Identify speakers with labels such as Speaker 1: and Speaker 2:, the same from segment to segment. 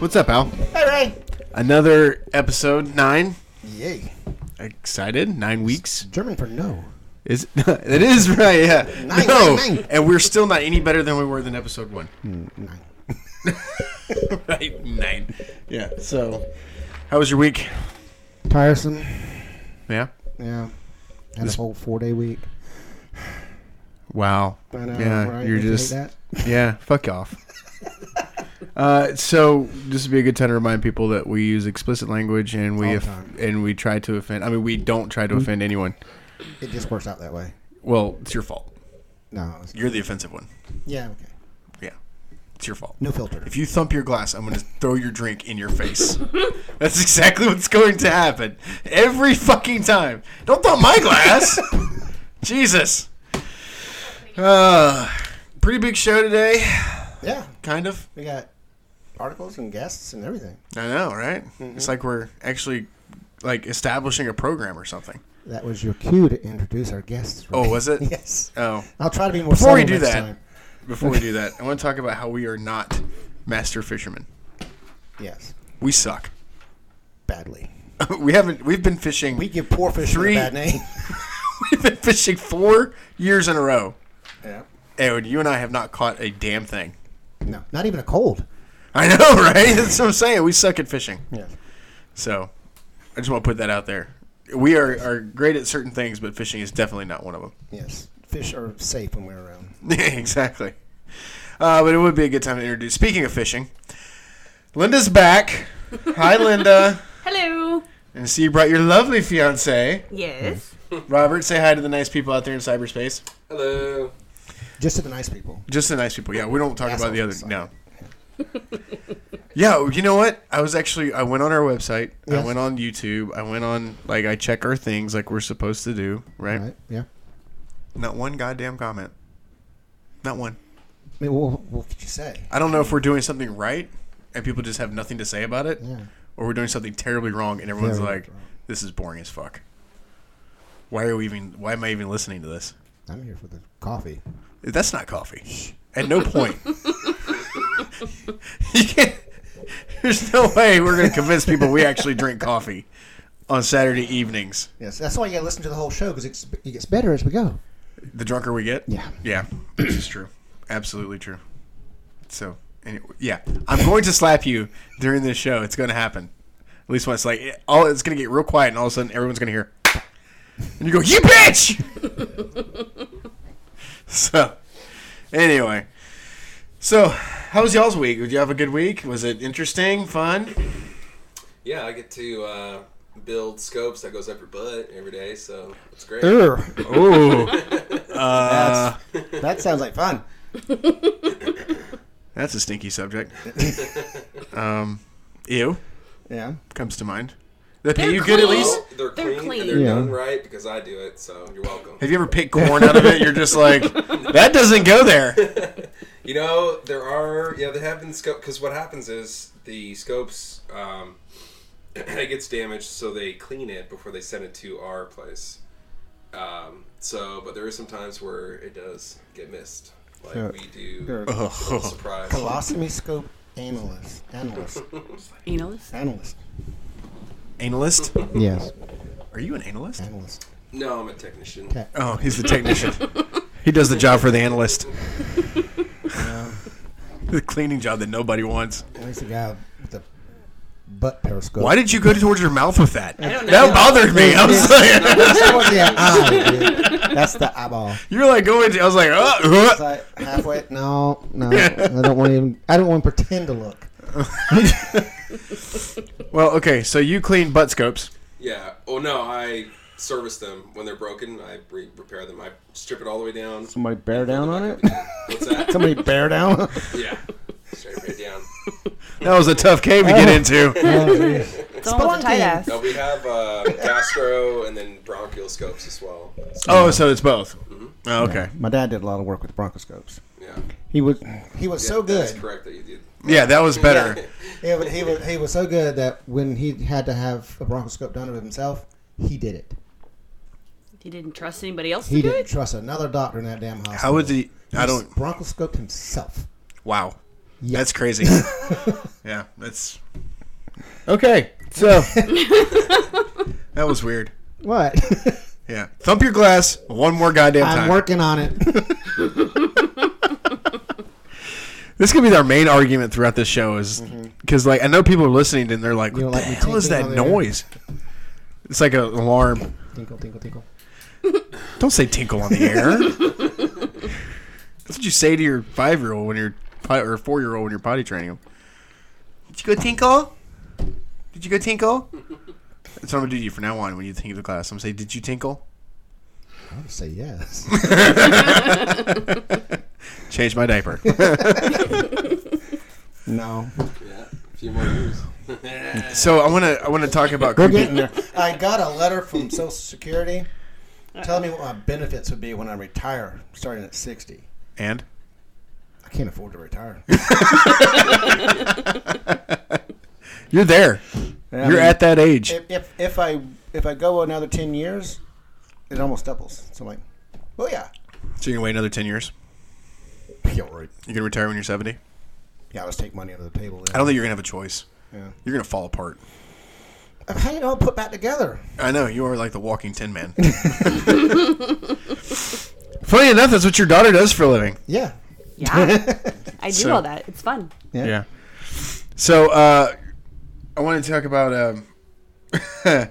Speaker 1: What's up, Al?
Speaker 2: Hey, Ray.
Speaker 1: Another episode nine.
Speaker 2: Yay.
Speaker 1: Excited? Nine weeks
Speaker 2: German for no.
Speaker 1: is it is right? Yeah.
Speaker 2: Nine,
Speaker 1: no,
Speaker 2: nine, nine.
Speaker 1: and we're still not any better than we were than episode one.
Speaker 2: Nine.
Speaker 1: right, nine. Yeah. So, how was your week?
Speaker 2: Tiresome.
Speaker 1: Yeah.
Speaker 2: Yeah. Had this whole four day week.
Speaker 1: Wow.
Speaker 2: I know,
Speaker 1: yeah.
Speaker 2: right?
Speaker 1: You're
Speaker 2: Did uh, you hate
Speaker 1: just
Speaker 2: that?
Speaker 1: yeah. Fuck off. Uh, so this would be a good time to remind people that we use explicit language and we
Speaker 2: All the
Speaker 1: if-
Speaker 2: time. Hmm?
Speaker 1: and we try to offend. I mean, we don't try to offend anyone.
Speaker 2: It just works out that way.
Speaker 1: Well, it's your fault.
Speaker 2: No. it's-
Speaker 1: You're the offensive one.
Speaker 2: Yeah, okay.
Speaker 1: Yeah. It's your fault.
Speaker 2: No filter.
Speaker 1: If you thump your glass, I'm going to throw your drink in your face. That's exactly what's going to happen every fucking time. Don't thump my glass. Jesus. Uh, pretty big show today,
Speaker 2: Yeah.
Speaker 1: kind of.
Speaker 2: We got articles and guests and everything.
Speaker 1: I know, right?
Speaker 2: Mm-hmm.
Speaker 1: It's like we're actually like establishing a program or something.
Speaker 2: That was your cue to introduce our guests. Ray.
Speaker 1: Oh, was it?
Speaker 2: yes.
Speaker 1: Oh,
Speaker 2: I'll try to be more
Speaker 1: before we
Speaker 2: subtle
Speaker 1: do
Speaker 2: next
Speaker 1: that,
Speaker 2: time.
Speaker 1: before we do that, I want to talk about how we are not master fishermen.
Speaker 2: Yes.
Speaker 1: We suck.
Speaker 2: Badly.
Speaker 1: we haven't. We've been fishing.
Speaker 2: We give poor fish
Speaker 1: Three-
Speaker 2: a bad name.
Speaker 1: We've been fishing four years in a row,
Speaker 2: yeah.
Speaker 1: and you and I have not caught a damn thing.
Speaker 2: No. Not even a cold.
Speaker 1: I know, right? That's what I'm saying. We suck at fishing.
Speaker 2: Yes.
Speaker 1: So I just want to put that out there. We are, are great at certain things, but fishing is definitely not one of them.
Speaker 2: Yes. Fish are safe when we're around.
Speaker 1: exactly. Uh, but it would be a good time to introduce. Speaking of fishing, Linda's back. Hi, Linda.
Speaker 3: Hello.
Speaker 1: And see, you brought your lovely fiance.
Speaker 3: Yes.
Speaker 1: Robert, say hi to the nice people out there in cyberspace.
Speaker 4: Hello.
Speaker 2: Just to the nice people.
Speaker 1: Just the nice people. Yeah, we don't talk
Speaker 2: That's
Speaker 1: about the
Speaker 2: all
Speaker 1: other.
Speaker 2: I'm
Speaker 1: No. yeah, you know what? I was actually I went on our website. I
Speaker 2: Yes.
Speaker 1: went on YouTube. I went on like I check our things like we're supposed to do, right?
Speaker 2: Right? Yeah.
Speaker 1: Not one goddamn comment. Not one.
Speaker 2: I mean, what, what could you say?
Speaker 1: I don't know if we're doing something right and people just have nothing to say about it,
Speaker 2: Yeah.
Speaker 1: or we're doing something terribly wrong and everyone's
Speaker 2: Terribly
Speaker 1: like,
Speaker 2: wrong.
Speaker 1: "This is boring as fuck." Why are we even? Why am I even listening to this?
Speaker 2: I'm here for the coffee.
Speaker 1: That's not coffee. At no point. you can't, there's no way we're going to convince people we actually drink coffee on Saturday evenings.
Speaker 2: Yes, that's why you gotta listen to the whole show because it gets better as we go.
Speaker 1: The drunker we get.
Speaker 2: Yeah.
Speaker 1: Yeah. This is true. Absolutely true. So, anyway, yeah. I'm going to slap you during this show. It's going to happen. At least once. Like, it- all it's going to get real quiet, and all of a sudden, everyone's going to hear. And you go, you bitch! so, anyway. So, how was y'all's week? Did you have a good week? Was it interesting, fun?
Speaker 4: Yeah, I get to uh, build scopes that goes up your butt every day, so it's great.
Speaker 1: Ooh.
Speaker 2: that sounds like fun.
Speaker 1: That's a stinky subject. um, ew
Speaker 2: Yeah.
Speaker 1: comes to mind. They pay
Speaker 3: They're
Speaker 1: you good at
Speaker 4: Well,
Speaker 3: clean.
Speaker 1: least?
Speaker 4: They're
Speaker 3: They're
Speaker 4: clean,
Speaker 3: clean.
Speaker 4: and they're
Speaker 2: Yeah.
Speaker 4: done right because I do it, so you're welcome.
Speaker 1: Have you ever picked corn out of it? You're just like, that doesn't go there.
Speaker 4: You know, there are yeah, they have been scope because what happens is the scopes um, it gets damaged, so they clean it before they send it to our place. Um, so, but there is some times where it does get missed, like
Speaker 2: Yeah.
Speaker 4: we do.
Speaker 2: You're a
Speaker 1: Ugh.
Speaker 4: Surprise!
Speaker 2: colostomy scope analyst. Analyst.
Speaker 3: Analyst.
Speaker 2: Analyst.
Speaker 1: Analyst?
Speaker 2: Yes.
Speaker 1: Are you an analyst?
Speaker 2: Analyst.
Speaker 4: No, I'm a technician.
Speaker 2: Okay.
Speaker 1: Oh, he's the technician. he does the job for the analyst. the cleaning job that nobody wants.
Speaker 2: Where's the guy with the butt periscope?
Speaker 1: Why did you go towards your mouth with that?
Speaker 3: don't know.
Speaker 1: That bothered me. I was like,
Speaker 2: That's what the eye, dude. That's the eyeball.
Speaker 1: you're like going. To, I was like, oh,
Speaker 2: It's like halfway. No, no. I don't want to even. I don't want to pretend to look.
Speaker 1: well, okay. So you clean butt scopes.
Speaker 4: Yeah. Oh no, I service them when they're broken. I re- repair them. I strip it all the way down.
Speaker 2: Somebody bear down on it.
Speaker 4: What's that?
Speaker 2: Somebody bear down.
Speaker 4: yeah. Straight right down.
Speaker 1: That was a tough cave to get into.
Speaker 3: It's almost a tight ass.
Speaker 4: No, we have uh, gastro and then bronchial scopes as well. So,
Speaker 1: Oh, so it's both. Oh, okay.
Speaker 2: My dad did a lot of work with bronchoscopes.
Speaker 4: yeah.
Speaker 2: He was he was so good.
Speaker 4: That's correct that you did.
Speaker 1: Yeah, that was better.
Speaker 2: Yeah, but he was he was so good that when he had to have a bronchoscope done of himself, he did it.
Speaker 3: He didn't trust anybody else
Speaker 2: He
Speaker 3: to do
Speaker 2: didn't
Speaker 3: it.
Speaker 2: trust another doctor in that damn hospital.
Speaker 1: How would the? I
Speaker 2: He
Speaker 1: don't.
Speaker 2: bronchoscoped himself.
Speaker 1: Wow. That's crazy. yeah, that's
Speaker 5: Okay, so
Speaker 1: that was weird.
Speaker 2: What?
Speaker 1: Yeah, thump your glass one more goddamn time.
Speaker 2: I'm working on it.
Speaker 1: This could be our main argument throughout this show, is because like I know people are listening and they're like,
Speaker 2: Mm-hmm. You
Speaker 1: "What
Speaker 2: don't
Speaker 1: the
Speaker 2: like me
Speaker 1: hell is that
Speaker 2: tinkling on the air?"
Speaker 1: noise?" It's like an alarm.
Speaker 2: tinkle, tinkle, tinkle.
Speaker 1: Don't say tinkle on the air. That's what you say to your five year old when you're pot- or four year old when you're potty training them. Did you go tinkle? Did you go tinkle? That's what I'm gonna do to you from now on. When you think of the class, I'm gonna say, "Did you tinkle?"
Speaker 2: I would say yes.
Speaker 1: Change my diaper.
Speaker 2: no.
Speaker 4: Yeah, a few more years.
Speaker 1: so I wanna I wanna talk about
Speaker 2: We're
Speaker 1: creepy.
Speaker 2: getting there. I got a letter from Social Security telling me what my benefits would be when I retire, starting at 60.
Speaker 1: and
Speaker 2: I can't afford to retire.
Speaker 1: you're there. You're at that age.
Speaker 2: If, if, if I if I go another 10 years, it almost doubles. So I'm like, well, yeah.
Speaker 1: So you're gonna wait another ten years.
Speaker 2: Yeah, right.
Speaker 1: You're gonna retire when you're 70.
Speaker 2: Yeah, let's take money out of the table. Then.
Speaker 1: I don't think you're gonna have a choice.
Speaker 2: Yeah.
Speaker 1: You're gonna fall apart.
Speaker 2: How you know put back together?
Speaker 1: I know you are like the walking tin man. Funny enough, that's what your daughter does for a living.
Speaker 2: Yeah.
Speaker 3: Yeah. I do
Speaker 1: So-
Speaker 3: all that. It's fun.
Speaker 2: Yeah.
Speaker 1: So uh, I wanted to talk about. Um,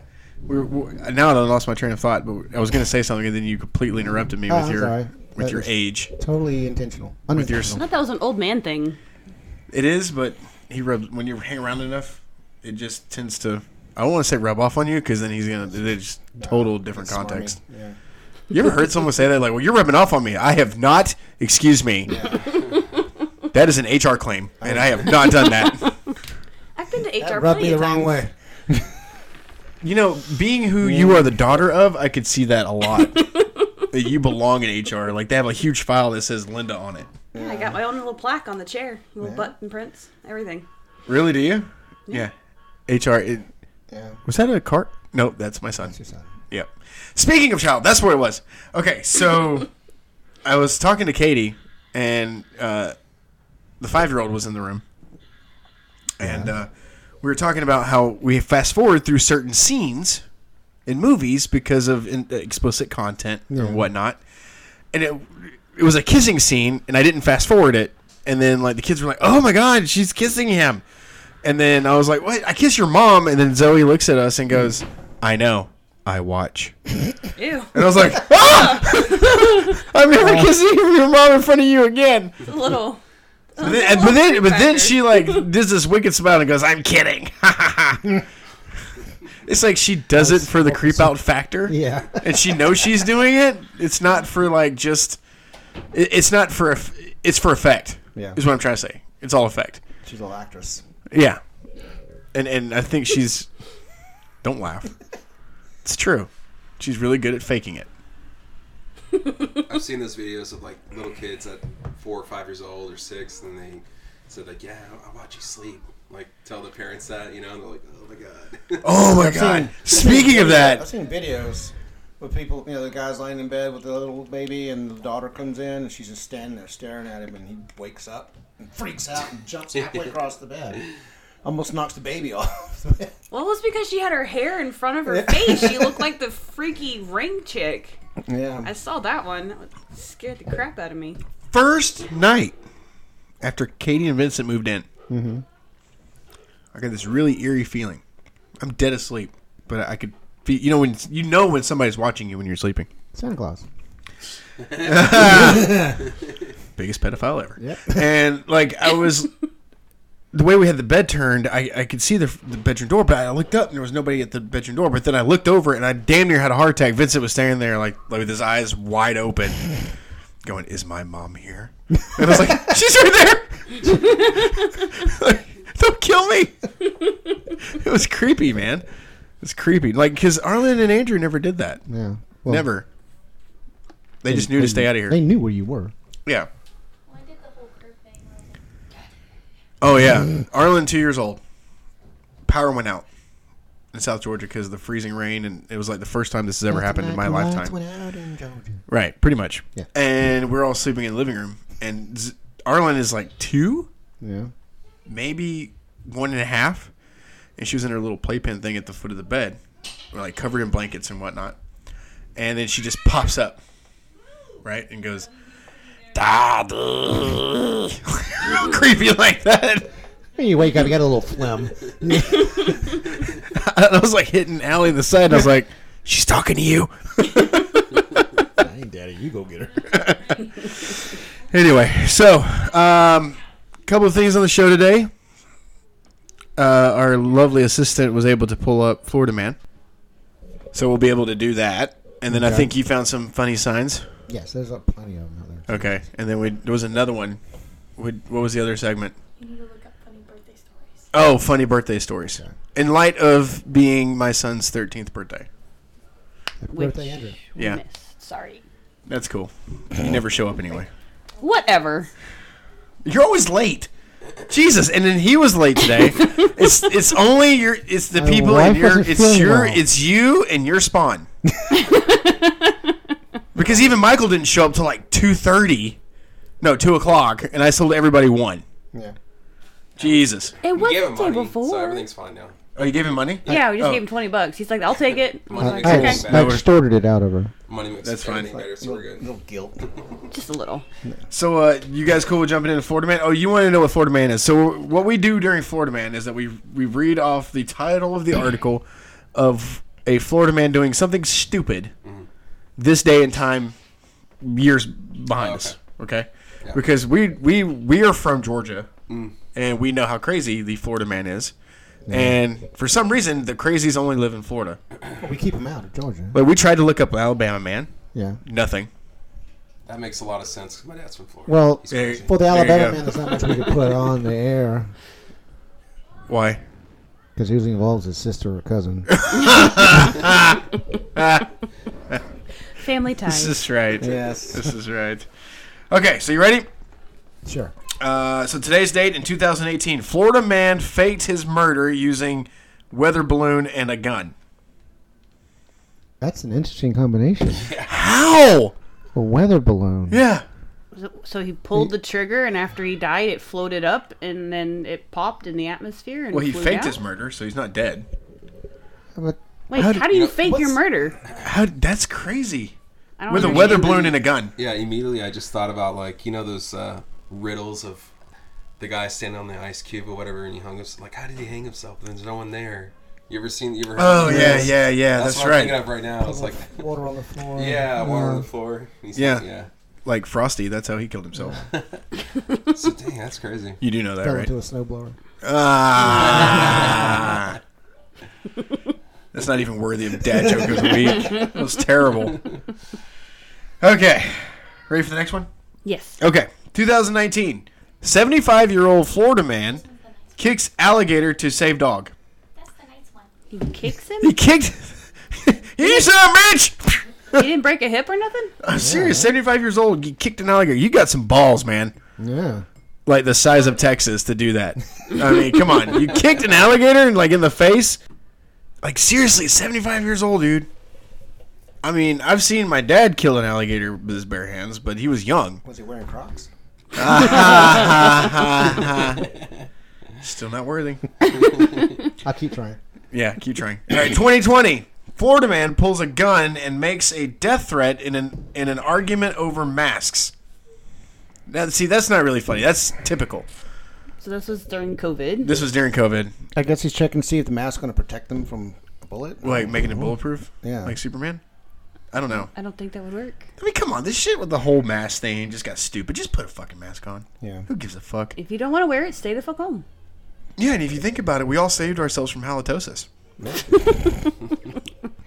Speaker 1: we we now I done lost my train of thought, but I was gonna say something, and then you completely interrupted me
Speaker 2: Oh,
Speaker 1: with
Speaker 2: I'm
Speaker 1: your
Speaker 2: sorry.
Speaker 1: with
Speaker 2: That
Speaker 1: your
Speaker 2: was-
Speaker 1: age.
Speaker 2: Totally intentional.
Speaker 1: With your
Speaker 3: I thought that was an old man thing.
Speaker 1: it is, but he rubs when you hang around enough, it just tends to. I don't want to say rub off on you because then he's gonna. It's just total different context.
Speaker 2: Yeah.
Speaker 1: You ever heard someone say that? Like, well, you're rubbing off on me. I have not. Excuse me. that is an HR claim, and I have not done that.
Speaker 3: I've been to
Speaker 2: That
Speaker 3: HR
Speaker 2: rubbed
Speaker 3: plenty
Speaker 2: me the
Speaker 3: of
Speaker 2: wrong
Speaker 3: times.
Speaker 2: way.
Speaker 1: You know, being who you are the daughter of, I could see that a lot. that you belong in HR. Like, they have a huge file that says Linda on it.
Speaker 3: Yeah, I got my own little plaque on the chair, little button prints, everything.
Speaker 1: Really? Do you? Yeah. HR. It,
Speaker 2: Yeah.
Speaker 1: was that a cart? No, that's my son.
Speaker 2: Your son.
Speaker 1: Yep. Speaking of child, that's where it was. Okay, so I was talking to Katie, and uh, the five-year-old was in the room, and uh, we were talking about how we fast forward through certain scenes in movies because of in- uh, explicit content and whatnot, and it it was a kissing scene, and I didn't fast forward it, and then like the kids were like, "Oh my god, she's kissing him." And then I was like, "What? I kiss your mom?" And then Zoe looks at us and goes, "I know. I watch."
Speaker 3: Ew.
Speaker 1: And I was like, "Ah! I'm never kissing your mom in front of you again."
Speaker 3: It's a little.
Speaker 1: But then, but then, but then she like does this wicked smile and goes, "I'm kidding." it's like she does it for the creep out factor,
Speaker 2: Yeah.
Speaker 1: and she knows she's doing it. It's not for like just. it- It's not for. eff- It's for effect.
Speaker 2: Yeah.
Speaker 1: is what I'm trying to say. It's all effect.
Speaker 2: She's a little actress.
Speaker 1: Yeah, and and I think she's. Don't laugh. It's true. She's really good at faking it.
Speaker 4: I've seen those videos of like little kids at four or five years old or six, and they said like, "Yeah, I watch you sleep." Like tell the parents that, you know, and they're like, "Oh my god."
Speaker 1: Oh my god! Speaking of
Speaker 2: I've
Speaker 1: that,
Speaker 2: seen videos with people, you know, the guy's laying in bed with the little baby, and the daughter comes in, and she's just standing there staring at him, and he wakes up and freaks out and jumps halfway across the bed. Almost knocks the baby off. the bed.
Speaker 3: Well, it was because she had her hair in front of her face. She looked like the freaky ring chick. I
Speaker 2: yeah.
Speaker 3: saw that one. That scared the crap out of me.
Speaker 1: first night after Katie and Vincent moved in, I got this really eerie feeling. I'm dead asleep, but I could feel. You know when you know when somebody's watching you when you're sleeping.
Speaker 2: Santa Claus.
Speaker 1: Biggest pedophile ever.
Speaker 2: Yep.
Speaker 1: And like I was. The way we had the bed turned, I, I could see the, the bedroom door, but I looked up and there was nobody at the bedroom door. But then I looked over and I damn near had a heart attack. Vincent was standing there, like, like with his eyes wide open, going, "Is my mom here?" And I was like, "She's right there! Like, Don't kill me!" It was creepy, man. It was creepy, like because Arlen and Andrew never did that.
Speaker 2: Yeah.
Speaker 1: never. They just knew to stay out of here.
Speaker 2: knew where you were.
Speaker 1: yeah.
Speaker 6: When did the whole curve thing like,
Speaker 1: Oh yeah, Arlen, two years old. Power went out in South Georgia because of the freezing rain, and it was like the first time this has ever happened in my lifetime. Right, pretty much.
Speaker 2: Yeah.
Speaker 1: And we're all sleeping in the living room, and Z- Arlen is like two,
Speaker 5: Yeah.
Speaker 1: maybe one and a half, and she was in her little playpen thing at the foot of the bed, or like covered in blankets and whatnot. And then she just pops up, right, and goes, "Daddy," creepy like that.
Speaker 2: You wake up, you got a little phlegm.
Speaker 1: And I was like hitting Allie in the side. And I was like, "She's talking to you."
Speaker 2: Dang, Daddy, you go get her.
Speaker 1: Anyway, so um, couple of things on the show today. Uh, our lovely assistant was able to pull up Florida Man, so we'll be able to do that. And then I think you found some funny signs.
Speaker 2: Yes, there's uh, plenty of them out there.
Speaker 1: Okay, and then we there was another one. We, what was the other segment?
Speaker 6: You need to look up funny birthday stories.
Speaker 1: Oh, funny birthday stories. In light of being my son's thirteenth birthday,
Speaker 2: Happy
Speaker 3: Which
Speaker 2: birthday, Andrew.
Speaker 3: we
Speaker 1: Yeah.
Speaker 3: missed. Sorry.
Speaker 1: that's cool. You never show up anyway.
Speaker 3: Whatever.
Speaker 1: You're always late. Jesus, and then he was late today. it's it's only your it's the people in
Speaker 2: wife
Speaker 1: your
Speaker 2: wasn't
Speaker 1: it's
Speaker 2: feeling
Speaker 1: your
Speaker 2: well.
Speaker 1: it's you and your spawn. because even Michael didn't show up till like two thirty, no two o'clock, and I sold everybody one.
Speaker 2: Yeah.
Speaker 1: Jesus.
Speaker 3: It was
Speaker 4: Gave
Speaker 3: the
Speaker 4: him
Speaker 3: day
Speaker 4: money, so
Speaker 3: before.
Speaker 4: everything's fine now.
Speaker 1: Oh, you gave him money?
Speaker 3: yeah, we just
Speaker 1: Oh.
Speaker 3: gave him twenty bucks. He's like, I'll take it. I'm
Speaker 4: Money
Speaker 3: like,
Speaker 4: makes
Speaker 2: I,
Speaker 3: okay,
Speaker 4: sense.
Speaker 2: I extorted it out of her.
Speaker 4: Money makes
Speaker 1: That's fine.
Speaker 4: everything better, so we're good.
Speaker 2: little guilt.
Speaker 3: just a little.
Speaker 1: So, uh, you guys cool with jumping into Florida Man? Oh, you want to know what Florida Man is? So, what we do during Florida Man is that we we read off the title of the article of a Florida man doing something stupid this day and time, years behind
Speaker 4: Oh,
Speaker 1: us. Okay, because we we we are from Georgia, and we know how crazy the Florida Man is. And for some reason, the crazies only live in Florida.
Speaker 2: Oh, we keep them out of Georgia.
Speaker 1: But we tried to look up Alabama Man,
Speaker 2: Yeah.
Speaker 1: nothing.
Speaker 4: That makes a lot of sense 'cause my dad's from Florida.
Speaker 2: Well,
Speaker 4: He's
Speaker 1: Hey.
Speaker 4: crazy.
Speaker 2: for the
Speaker 1: There you
Speaker 2: Alabama
Speaker 1: go.
Speaker 2: man, there's not much we could put on the air
Speaker 1: Why?
Speaker 2: because usually involves his sister or cousin.
Speaker 3: Family ties.
Speaker 1: This is right.
Speaker 2: Yes.
Speaker 1: This is right. Okay, so you ready?
Speaker 2: sure.
Speaker 1: Uh, so today's date in 2018, Florida man faked his murder using weather balloon and a gun.
Speaker 2: That's an interesting combination.
Speaker 1: How?
Speaker 2: A weather balloon.
Speaker 1: Yeah.
Speaker 3: So- So he pulled the trigger, and after he died, it floated up, and then it popped in the atmosphere. And
Speaker 1: Well, he
Speaker 3: flew
Speaker 1: faked
Speaker 3: out.
Speaker 1: his murder, so he's not dead.
Speaker 2: But
Speaker 3: Wait,
Speaker 1: How
Speaker 3: how,
Speaker 1: did-
Speaker 3: do you
Speaker 4: no,
Speaker 3: fake your
Speaker 4: what's-
Speaker 3: murder?
Speaker 1: How? That's crazy.
Speaker 3: I don't
Speaker 1: With a
Speaker 3: understand
Speaker 1: weather
Speaker 3: that.
Speaker 1: balloon and a gun.
Speaker 4: Yeah, immediately I just thought about like you know those uh, riddles of the guy standing on the ice cube or whatever, and he hung himself. Like, how did he hang himself? There's no one there. You ever seen? You ever? heard
Speaker 1: Oh
Speaker 4: of those
Speaker 1: yeah,
Speaker 4: riddles?
Speaker 1: yeah, yeah.
Speaker 4: That's,
Speaker 1: That's,
Speaker 4: what I'm
Speaker 1: right.
Speaker 4: thinking of right now. It's like,
Speaker 2: water on the floor.
Speaker 4: yeah, water on
Speaker 2: Uh,
Speaker 4: the floor. And he's-
Speaker 1: Yeah.
Speaker 4: yeah.
Speaker 1: Like Frosty, that's how he killed himself.
Speaker 4: So dang, that's crazy.
Speaker 1: You do know that,
Speaker 2: fell
Speaker 1: right?
Speaker 2: into a snowblower.
Speaker 1: Ah. That's not even worthy of dad joke of the week. That was terrible. Okay. Ready for the next one?
Speaker 3: Yes.
Speaker 1: Okay. 2019. 75 year old Florida man kicks alligator to save dog.
Speaker 6: That's the nice one.
Speaker 3: He kicks him.
Speaker 1: He kicked. you son of a bitch!
Speaker 3: he didn't break a hip or nothing.
Speaker 1: I'm serious. 75 years old. You kicked an alligator. You got some balls, man.
Speaker 2: Yeah.
Speaker 1: Like the size of Texas to do that. I mean, come on. You kicked an alligator like in the face. Like seriously, 75 years old, dude. I mean, I've seen my dad kill an alligator with his bare hands, but he was young.
Speaker 2: Was he wearing Crocs?
Speaker 1: Still not worthy.
Speaker 2: I'll keep trying.
Speaker 1: Yeah, keep trying. All right, 2020. Florida man pulls a gun and makes a death threat in an in an argument over masks. That, see, that's not really funny. That's typical.
Speaker 3: So this was during COVID.
Speaker 1: This was during COVID,
Speaker 2: I guess he's checking to see if the mask's going to protect them from a bullet.
Speaker 1: like making it bulletproof.
Speaker 2: Yeah.
Speaker 1: like Superman. I don't know.
Speaker 3: I don't think that would work.
Speaker 1: I mean, come on, this shit with the whole mask thing just got stupid. Just put a fucking mask on.
Speaker 2: Yeah.
Speaker 1: Who gives a fuck?
Speaker 3: If you don't want to wear it, stay the fuck home.
Speaker 1: Yeah, and if you think about it, we all saved ourselves from halitosis.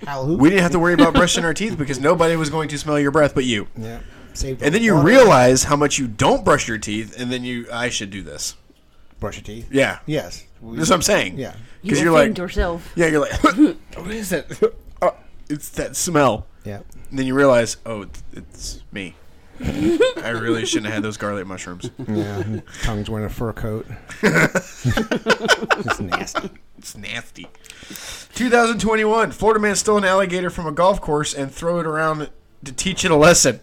Speaker 2: Hal Hoop.
Speaker 1: We didn't have to worry about brushing our teeth because nobody was going to smell your breath but you.
Speaker 2: yeah. Saved
Speaker 1: And then you
Speaker 2: water.
Speaker 1: realize how much you don't brush your teeth, and then you, I should do this.
Speaker 2: brush your teeth.
Speaker 1: Yeah.
Speaker 2: Yes. We-
Speaker 1: That's what I'm saying.
Speaker 2: Yeah.
Speaker 1: Because
Speaker 3: you
Speaker 1: you are like,
Speaker 3: offend yourself.
Speaker 1: yeah, you're like, what is that? Oh, it's that smell.
Speaker 2: Yeah.
Speaker 1: And then you realize, oh, it's, it's me. I really shouldn't have had those garlic mushrooms.
Speaker 2: Yeah. Tongue's wearing a fur coat. It's nasty.
Speaker 1: It's nasty. 2021, Florida man stole an alligator from a golf course and throw it around to teach it a lesson.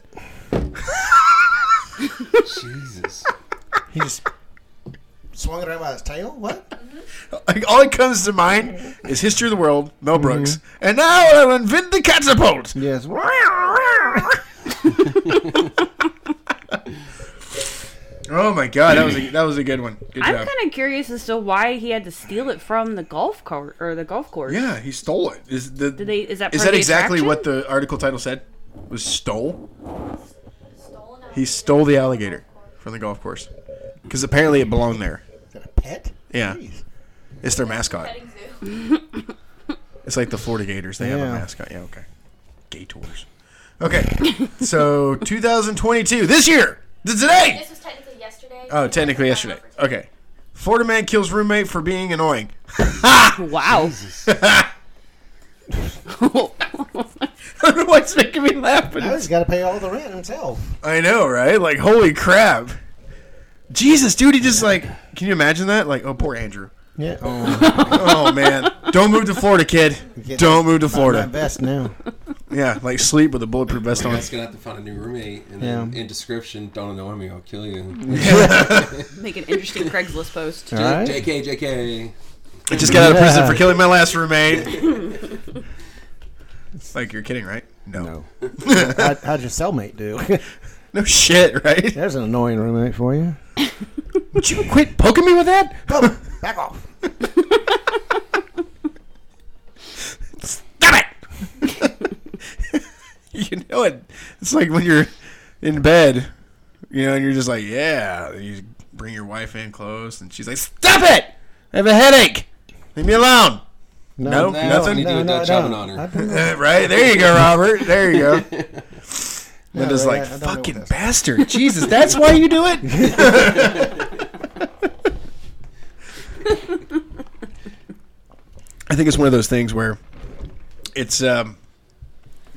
Speaker 4: Jesus.
Speaker 2: He just swung it around by his tail? What?
Speaker 1: Like, all that comes to mind is History of the World,
Speaker 2: Mm-hmm.
Speaker 1: Mel Brooks. And now I'll invent the catapult.
Speaker 2: Yes.
Speaker 1: Oh my god, that was a, that was a good one. Good
Speaker 3: I'm
Speaker 1: job.
Speaker 3: kind of curious as to why he had to steal it from the golf cart or the golf course.
Speaker 1: Yeah, he stole it. Is the
Speaker 3: Did they? Is that
Speaker 1: is
Speaker 3: part of
Speaker 1: that
Speaker 3: the
Speaker 1: exactly
Speaker 3: attraction?
Speaker 1: what the article title said? Was stole?
Speaker 6: Stolen
Speaker 1: He stole the alligator from the golf course because apparently it belonged there.
Speaker 2: Is that a pet?
Speaker 1: Yeah.
Speaker 2: Jeez.
Speaker 1: It's their mascot.
Speaker 6: Petting zoo.
Speaker 1: It's like the Florida Gators. They have a
Speaker 2: Yeah.
Speaker 1: mascot. Yeah, okay. Gators. Okay, so 2022 this year, th- today.
Speaker 6: This was technically yesterday.
Speaker 1: Oh, technically yesterday. Okay. Florida man kills roommate for being annoying.
Speaker 3: Wow.
Speaker 1: What's making me laugh?
Speaker 2: Now he's got to pay all the rent himself.
Speaker 1: I know, right? Like, holy crap. Jesus, dude, he just like, can you imagine that? Like, oh, poor Andrew.
Speaker 2: Yeah. Oh,
Speaker 1: Oh, man. Don't move to Florida, kid. Don't move to
Speaker 2: my
Speaker 1: Florida.
Speaker 2: best now.
Speaker 1: Yeah, like, sleep with a bulletproof vest
Speaker 7: You
Speaker 1: on.
Speaker 7: guys gonna have to find a new roommate, and
Speaker 2: Yeah.
Speaker 7: then in description, don't annoy me, I'll kill you.
Speaker 3: Make an interesting Craigslist post.
Speaker 2: All right.
Speaker 7: JK, JK.
Speaker 1: I just got out of prison for killing my last roommate. like, you're kidding, right? No. No,
Speaker 2: How'd, how'd your cellmate do?
Speaker 1: shit, right?
Speaker 2: There's an annoying roommate for you.
Speaker 1: Would you quit poking me with that?
Speaker 2: Go back off.
Speaker 1: Stop it! you know it. It's like when you're in bed, you know, and you're just like, yeah. and You bring your wife in close, and she's like, stop it! I have a headache. Leave me alone. No,
Speaker 7: No,
Speaker 1: nothing.
Speaker 7: you do a Dutch oven on her.
Speaker 2: I don't-
Speaker 1: Uh, right there, you go, Robert. There you go. Linda's like,
Speaker 2: right, I- I don't know what
Speaker 1: fucking
Speaker 2: that's-
Speaker 1: bastard, Jesus! That's why you do it. I think it's one of those things where it's um,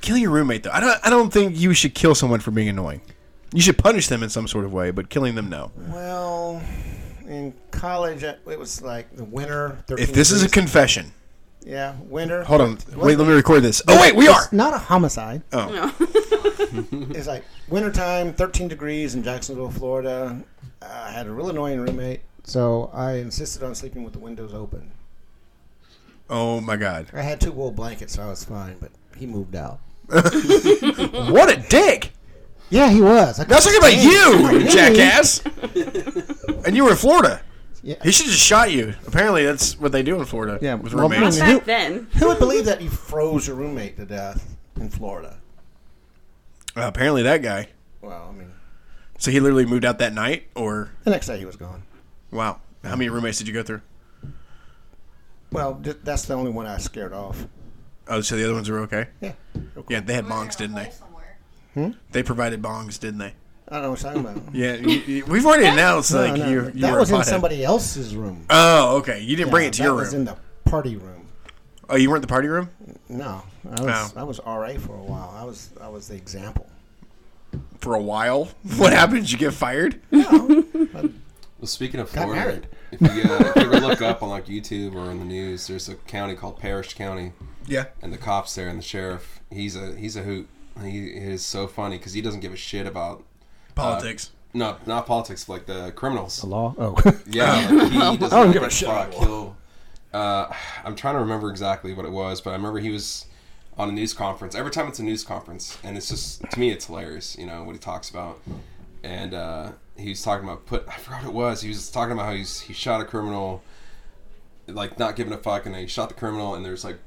Speaker 1: kill your roommate though. I don't. I don't think you should kill someone for being annoying. You should punish them in some sort of way, but killing them, no.
Speaker 2: Well, in college, it was like the winter.
Speaker 1: If this is a confession,
Speaker 2: yeah, winter.
Speaker 1: hold on. Wait, let me record this. Oh wait, we are.
Speaker 2: It's not a homicide.
Speaker 1: Oh.
Speaker 2: It's like wintertime, 13 degrees in Jacksonville, Florida. I had a real annoying roommate, so I insisted on sleeping with the windows open.
Speaker 1: Oh my God!
Speaker 2: I had two wool blankets, so I was fine, but he moved out.
Speaker 1: What a dick!
Speaker 2: Yeah, he was. I
Speaker 1: I was talking about you, jackass. and you were in Florida.
Speaker 2: Yeah.
Speaker 1: He should have just shot you. Apparently, that's what they do in Florida.
Speaker 2: Yeah,
Speaker 1: with
Speaker 2: well,
Speaker 1: roommates.
Speaker 2: I mean,
Speaker 3: Back then,
Speaker 2: Who would believe that you froze your roommate to death in Florida?
Speaker 1: Uh, apparently, that guy.
Speaker 2: Well, I mean,
Speaker 1: So he literally moved out that night, or
Speaker 2: the next day he was gone.
Speaker 1: wow, how many roommates did you go through?
Speaker 2: Well, th- that's the only one I scared off.
Speaker 1: Oh, so the other ones were okay.
Speaker 2: Yeah.
Speaker 1: Yeah, they had
Speaker 6: We're in
Speaker 1: bongs,
Speaker 6: a
Speaker 1: didn't they?
Speaker 6: hole somewhere.
Speaker 1: They provided bongs, didn't they?
Speaker 2: I don't know what I'm talking about.
Speaker 1: Yeah, you, you- we've already announced like
Speaker 2: no, no,
Speaker 1: you.
Speaker 2: that
Speaker 1: you were
Speaker 2: was
Speaker 1: a
Speaker 2: in
Speaker 1: pothead.
Speaker 2: somebody else's room.
Speaker 1: Oh, okay. You didn't bring
Speaker 2: Yeah,
Speaker 1: it to your
Speaker 2: that was
Speaker 1: room.
Speaker 2: in the party room.
Speaker 1: oh, you weren't in the party room.
Speaker 2: No, I was
Speaker 1: No.
Speaker 2: I was RA for a while. I was I was the example.
Speaker 1: For a while, what happened? Did you get fired?
Speaker 7: Well, speaking of
Speaker 2: Got
Speaker 7: Florida,
Speaker 2: married.
Speaker 7: if you, uh, if you ever look up on like YouTube or in the news, there's a county called Parish County,
Speaker 1: Yeah.
Speaker 7: and the cops there and the sheriff, he's a he's a hoot. He is so funny because he doesn't give a shit about
Speaker 1: Politics.
Speaker 7: no not politics like the criminals.
Speaker 2: Law. Oh,
Speaker 7: Yeah, like, he doesn't
Speaker 2: don't give
Speaker 7: give
Speaker 2: a
Speaker 7: a
Speaker 2: shit
Speaker 7: fuck.
Speaker 2: about
Speaker 7: He'll, uh, I'm trying to remember exactly what it was, but I remember he was on a news conference. Every time it's a news conference, and it's just to me, it's hilarious. You know what he talks about, and uh, he was talking about put. I forgot what it was. He was talking about how he's he shot a criminal, like not giving a fuck, and he shot the criminal, and there's like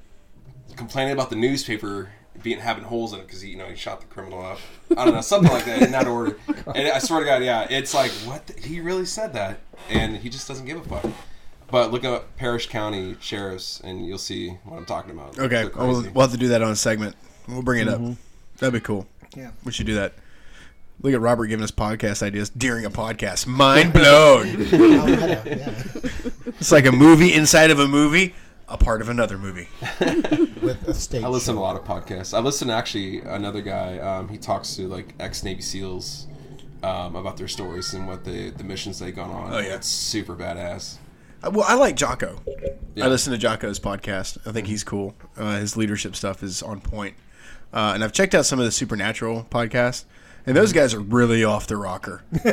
Speaker 7: complaining about the newspaper being having holes in it because he, you know, he shot the criminal up. I don't know, something like that in that order. And I swear to God, yeah, it's like what the, he really said that, and he just doesn't give a fuck. But look up Parish County sheriffs, and you'll see what I'm talking about.
Speaker 1: Okay,
Speaker 7: They're
Speaker 1: we'll,
Speaker 7: crazy.
Speaker 1: we'll have to do that on a segment. We'll bring it
Speaker 2: Mm-hmm.
Speaker 1: up. That'd be cool.
Speaker 2: Yeah.
Speaker 1: we should do that. Look at Robert giving us podcast ideas during a podcast. Mind blown.
Speaker 2: oh yeah, yeah.
Speaker 1: it's like a movie inside of a movie, a part of another movie.
Speaker 2: With a stage.
Speaker 7: I listen to
Speaker 2: show.
Speaker 7: a lot of podcasts. I listen to actually another guy. Um, he talks to like ex Navy SEALs um, about their stories and what the the missions they've gone on.
Speaker 1: Oh, yeah.
Speaker 7: it's super badass.
Speaker 1: Uh, Well, I like Jocko.
Speaker 7: Yeah.
Speaker 1: I listen to Jocko's podcast. I think he's cool. Uh, his leadership stuff is on point. Uh, and I've checked out some of the Supernatural podcast, And those guys are really off the rocker.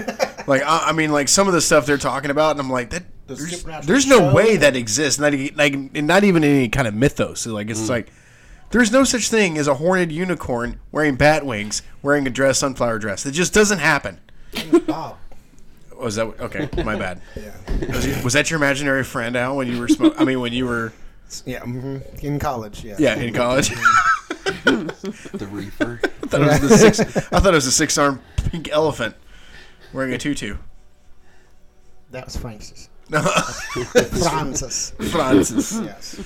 Speaker 1: like I, I mean, like some of the stuff they're talking about, and I'm like that.
Speaker 2: The
Speaker 1: There's,
Speaker 2: supernatural
Speaker 1: there's no
Speaker 2: show.
Speaker 1: way that exists. Not e- like and not even any kind of mythos. So, Like it's like there's no such thing as a horned unicorn wearing bat wings, wearing a dress, sunflower dress. It just doesn't happen.
Speaker 2: Bob.
Speaker 1: Was that what- okay? My bad.
Speaker 2: Yeah.
Speaker 1: Was, you- was that your imaginary friend, Al? When you were, smo- I mean, when you were,
Speaker 2: Yeah. mhm. In college. Yeah.
Speaker 1: yeah, in college.
Speaker 7: The reefer.
Speaker 1: I thought it was the six. I thought it was a six-armed pink elephant wearing a tutu.
Speaker 2: That was Francis.
Speaker 1: No,
Speaker 2: Francis.
Speaker 1: Francis.
Speaker 2: yes.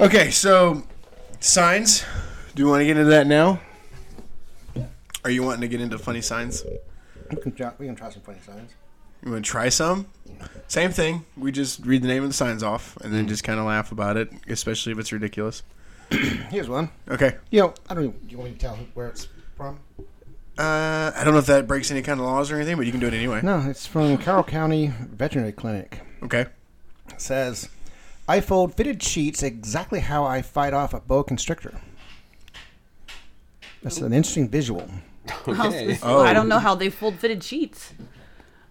Speaker 1: Okay, so signs. Do you want to get into that now? Are you wanting to get into funny signs?
Speaker 2: We can, try, we can try some funny signs.
Speaker 1: You want to try some? Same thing. We just read the name of the signs off, and then just kind of laugh about it, especially if it's ridiculous.
Speaker 2: Here's one.
Speaker 1: Okay.
Speaker 2: You know, I don't. Even, do you want me to tell who- where it's from?
Speaker 1: Uh, I don't know if that breaks any kind of laws or anything, but you can do it anyway.
Speaker 2: No, it's from Carroll County Veterinary Clinic.
Speaker 1: Okay.
Speaker 2: It says, "I fold fitted sheets exactly how I fight off a boa constrictor." That's an interesting visual.
Speaker 7: Okay.
Speaker 1: Oh.
Speaker 3: I don't know how they fold fitted sheets.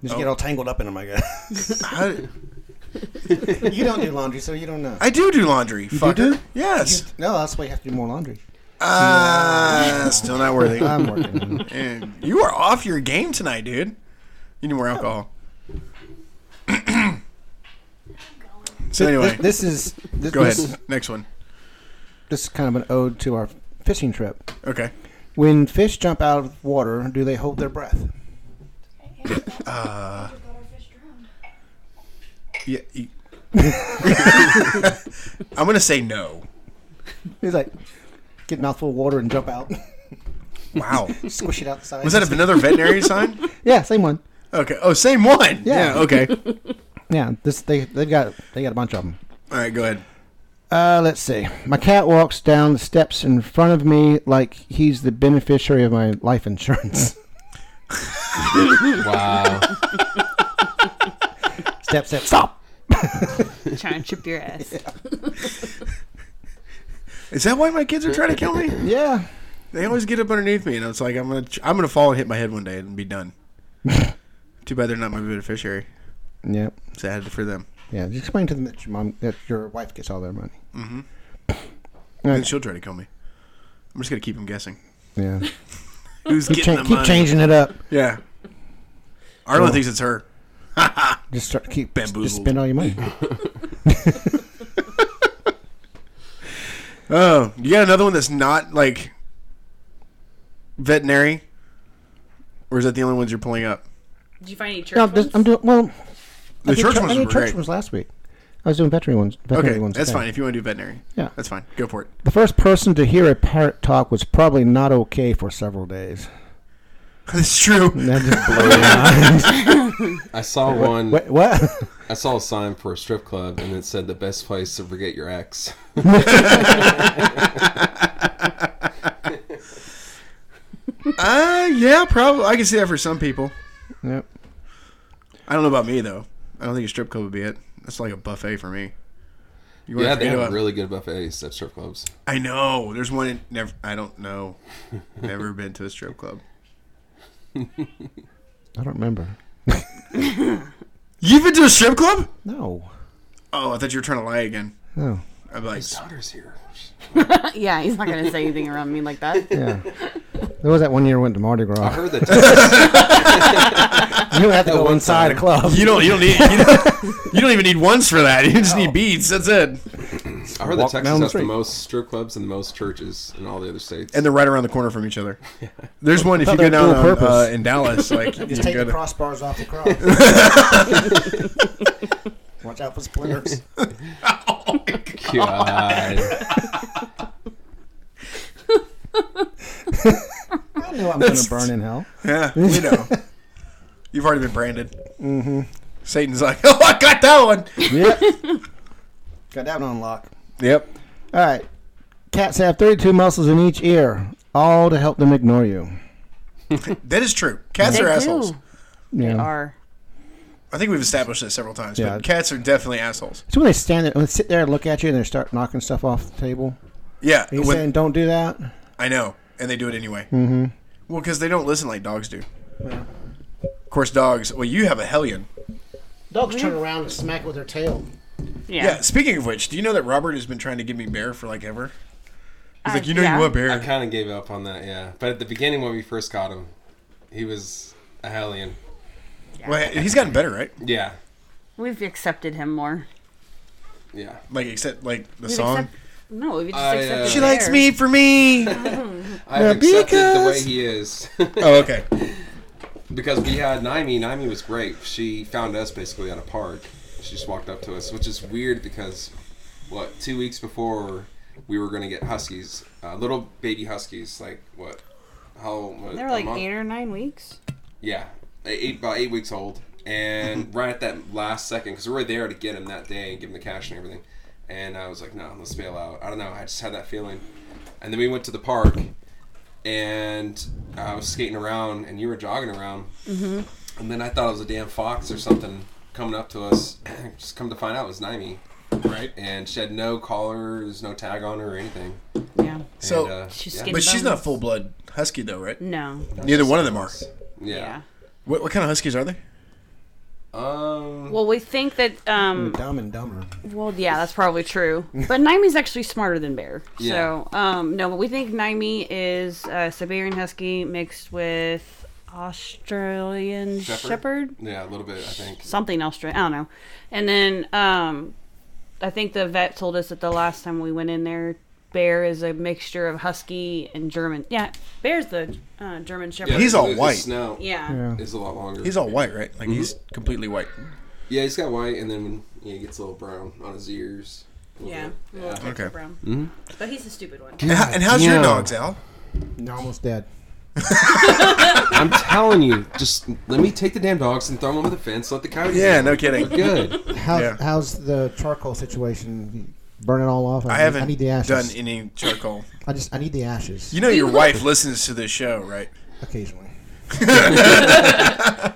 Speaker 2: Just get all tangled up in them, I guess.
Speaker 1: How,
Speaker 2: you don't do laundry, so you don't know.
Speaker 1: I do do laundry. You fucker.
Speaker 2: do?
Speaker 1: Yes.
Speaker 2: No, that's why you have to do more laundry.
Speaker 1: Ah, still not worthy.
Speaker 2: I'm working.
Speaker 1: And you are off your game tonight, dude. You need more alcohol. so anyway,
Speaker 2: this, this is this,
Speaker 1: go
Speaker 2: this,
Speaker 1: ahead. Next one.
Speaker 2: this is kind of an ode to our fishing trip.
Speaker 1: Okay.
Speaker 2: When fish jump out of water, do they hold their breath?
Speaker 6: Uh, fish drowned.
Speaker 1: Yeah. you- I'm gonna say no.
Speaker 2: He's like, get a mouthful of water and jump out,
Speaker 1: Wow.
Speaker 2: squish it outside.
Speaker 1: Was that another veterinary sign?
Speaker 2: yeah, same one.
Speaker 1: Okay. Oh, same one.
Speaker 2: Yeah.
Speaker 1: okay. All
Speaker 2: Yeah, this they they've got they got a bunch of them.
Speaker 1: right. Go ahead.
Speaker 2: Uh, let's see. My cat walks down the steps in front of me like he's the beneficiary of my life insurance.
Speaker 7: Wow.
Speaker 2: step, step, stop.
Speaker 3: Trying to trip your ass.
Speaker 1: Is that why my kids are trying to kill me?
Speaker 2: Yeah.
Speaker 1: They always get up underneath me, and it's like I'm gonna I'm gonna fall and hit my head one day and be done. Too bad they're not my beneficiary.
Speaker 2: Yep.
Speaker 1: Sad for them.
Speaker 2: Yeah. Just explain to them that your mom, that your wife gets all their money.
Speaker 1: And she'll try to kill me. I'm just gonna keep them guessing.
Speaker 2: Yeah.
Speaker 1: Who's getting
Speaker 2: Cha-
Speaker 1: the
Speaker 2: keep
Speaker 1: money?
Speaker 2: changing it up.
Speaker 1: Yeah. Arlo thinks it's her.
Speaker 2: Just start keep just
Speaker 1: Bamboozled.
Speaker 2: spend all your money.
Speaker 1: Oh, you got another one that's not like veterinary, or is that the only ones you're pulling up?
Speaker 3: Did you find any church
Speaker 2: no,
Speaker 3: ones?
Speaker 2: this, I'm doing well.
Speaker 1: The
Speaker 2: I did
Speaker 1: church
Speaker 2: chur-
Speaker 1: ones
Speaker 2: I did
Speaker 1: were
Speaker 2: church
Speaker 1: great.
Speaker 2: ones last week. I was doing veterinary ones. Veterinary
Speaker 1: Okay,
Speaker 2: ones
Speaker 1: that's
Speaker 2: today.
Speaker 1: fine. If you want to do veterinary,
Speaker 2: Yeah.
Speaker 1: that's fine. Go for it.
Speaker 2: The first person to hear a parrot talk was probably not okay for several days.
Speaker 1: that's true.
Speaker 2: That just blew my
Speaker 7: I saw
Speaker 2: mind.
Speaker 7: one.
Speaker 2: Wait, what?
Speaker 7: I saw a sign for a strip club, and it said the best place to forget your ex.
Speaker 1: Uh, yeah, probably. I can see that for some people.
Speaker 2: yep.
Speaker 1: I don't know about me though. I don't think a strip club would be it. That's like a buffet for me. You wanna
Speaker 7: yeah, they
Speaker 1: forget
Speaker 7: have
Speaker 1: about-
Speaker 7: really good buffets at strip clubs.
Speaker 1: I know. There's one. In, never. I don't know. Never been to a strip club.
Speaker 2: I don't remember.
Speaker 1: You've been to a strip club?
Speaker 2: No.
Speaker 1: Oh, I thought you were trying to lie again.
Speaker 2: No.
Speaker 1: I'm like,
Speaker 7: Daughter's here.
Speaker 3: yeah, he's not gonna say anything around me like that.
Speaker 2: Yeah. There was that one year I went to Mardi Gras.
Speaker 7: I heard that Texas,
Speaker 2: You have to go inside a club.
Speaker 1: you don't. You don't need. You don't, you don't even need ones for that. You just need beads. That's it.
Speaker 7: I
Speaker 2: Walk
Speaker 7: heard that
Speaker 2: down
Speaker 7: Texas
Speaker 2: the
Speaker 7: has the
Speaker 2: street.
Speaker 7: most strip clubs and the most churches in all the other states.
Speaker 1: And they're right around the corner from each other. There's one if you
Speaker 2: Thought they
Speaker 1: go down
Speaker 2: were dual
Speaker 1: on, uh,
Speaker 2: purpose.
Speaker 1: in Dallas. Like you
Speaker 2: Just take
Speaker 1: go
Speaker 2: the
Speaker 1: to-
Speaker 2: crossbars off the cross. Watch out for splinters.
Speaker 7: God.
Speaker 2: I know I'm going to burn in hell.
Speaker 1: yeah, you know, you've already been branded. Mm-hmm. Satan's like, oh, I got that one.
Speaker 2: Yep. Got that one on lock.
Speaker 1: Yep.
Speaker 2: All right. Cats have 32 muscles in each ear, all to help them ignore you.
Speaker 1: That is true. Cats
Speaker 3: They
Speaker 1: are
Speaker 3: do.
Speaker 1: assholes.
Speaker 2: Yeah.
Speaker 3: They are.
Speaker 1: I think we've established this several times.
Speaker 2: Yeah.
Speaker 1: But cats are definitely assholes.
Speaker 2: It's when they stand there, when they sit there and look at you, and they start knocking stuff off the table.
Speaker 1: Yeah.
Speaker 2: Are you
Speaker 1: when-
Speaker 2: saying don't do that?
Speaker 1: I know, and they do it anyway. Mm-hmm. Well, because they don't listen like dogs do. Of course, dogs. Well, you have a hellion.
Speaker 2: Dogs turn around and smack with their tail.
Speaker 3: Yeah.
Speaker 1: Yeah. Speaking of which, do you know that Robert has been trying to give me bear for like ever? He's
Speaker 3: Uh,
Speaker 1: like, you know,
Speaker 3: yeah.
Speaker 1: you want
Speaker 7: I
Speaker 1: bear.
Speaker 7: kind of gave up on that, yeah. But at the beginning, when we first got him, he was a hellion.
Speaker 1: Well, he's gotten better, right?
Speaker 7: Yeah,
Speaker 3: We've accepted him more.
Speaker 7: yeah.
Speaker 1: Like except like the
Speaker 3: We've
Speaker 1: song.
Speaker 3: accept- no, we've just
Speaker 7: I, uh,
Speaker 3: accepted
Speaker 7: She
Speaker 3: Bear.
Speaker 1: for me.
Speaker 7: I've
Speaker 5: Yeah,
Speaker 7: accepted the way
Speaker 5: because-
Speaker 7: he is.
Speaker 1: oh, okay.
Speaker 7: because we had Naimi. Naimi was great. She found us basically at a park. She just walked up to us, which is weird because, what, two weeks before we were going to get huskies, uh, little baby huskies, like what? How? What,
Speaker 3: They were
Speaker 7: a
Speaker 3: like
Speaker 7: month?
Speaker 3: eight or nine weeks.
Speaker 7: Yeah, eight about eight weeks old, and right at that last second, because we were there to get him that day and give him the cash and everything, and I was like, no, let's bail out. I don't know, I just had that feeling, and then we went to the park, and I was skating around, and you were jogging around,
Speaker 3: Mm-hmm.
Speaker 7: and then I thought it was a damn fox or something coming up to us. just come to find out, it was Naimi,
Speaker 1: Right.
Speaker 7: and she had no collar, there's no tag on her or anything.
Speaker 3: Yeah.
Speaker 1: So-
Speaker 7: and, uh,
Speaker 3: She's
Speaker 7: yeah.
Speaker 3: skinny.
Speaker 1: But she's
Speaker 3: bones.
Speaker 1: not full blood husky though, right?
Speaker 3: No.
Speaker 1: Neither one of them are.
Speaker 7: Yeah.
Speaker 3: Yeah.
Speaker 1: What, what kind of huskies are they?
Speaker 7: Um.
Speaker 3: Well, we think that. Um.
Speaker 2: Dumb and dumber.
Speaker 3: Well, yeah, that's probably true. But Naimi's actually smarter than Bear.
Speaker 7: Yeah.
Speaker 3: So, um, no, but we think Naimi is uh, Siberian Husky mixed with Australian
Speaker 7: Shepherd?
Speaker 3: Shepherd.
Speaker 7: yeah, a little bit, I think.
Speaker 3: something Australian. I don't know. And then um, I think the vet told us that the last time we went in there, Bear is a mixture of Husky and German. Yeah, Bear's the uh, German Shepherd.
Speaker 1: He's all
Speaker 7: his
Speaker 1: white.
Speaker 7: Snout
Speaker 3: yeah.
Speaker 7: is a lot longer.
Speaker 1: He's all white, right? Like he's
Speaker 7: Mm-hmm.
Speaker 1: completely white.
Speaker 7: yeah, he's got white, and then yeah, he gets a little brown on his ears. A little
Speaker 3: Yeah.
Speaker 7: bit.
Speaker 3: a little
Speaker 1: Okay.
Speaker 3: darker brown.
Speaker 7: Mm-hmm.
Speaker 3: But he's the stupid one.
Speaker 1: And, how, and how's your dogs, Al?
Speaker 2: No, almost dead.
Speaker 7: I'm telling you, just let me take the damn dogs and throw them over the fence. Let the coyotes.
Speaker 1: Yeah,
Speaker 7: in.
Speaker 1: no kidding.
Speaker 7: We're good.
Speaker 2: How,
Speaker 1: Yeah.
Speaker 2: How's the charcoal situation? Burn it all off.
Speaker 1: I
Speaker 2: need-
Speaker 1: haven't
Speaker 2: I need the ashes.
Speaker 1: done any charcoal.
Speaker 2: I just I need the ashes
Speaker 1: You know your wife listens to this show, right?
Speaker 2: occasionally.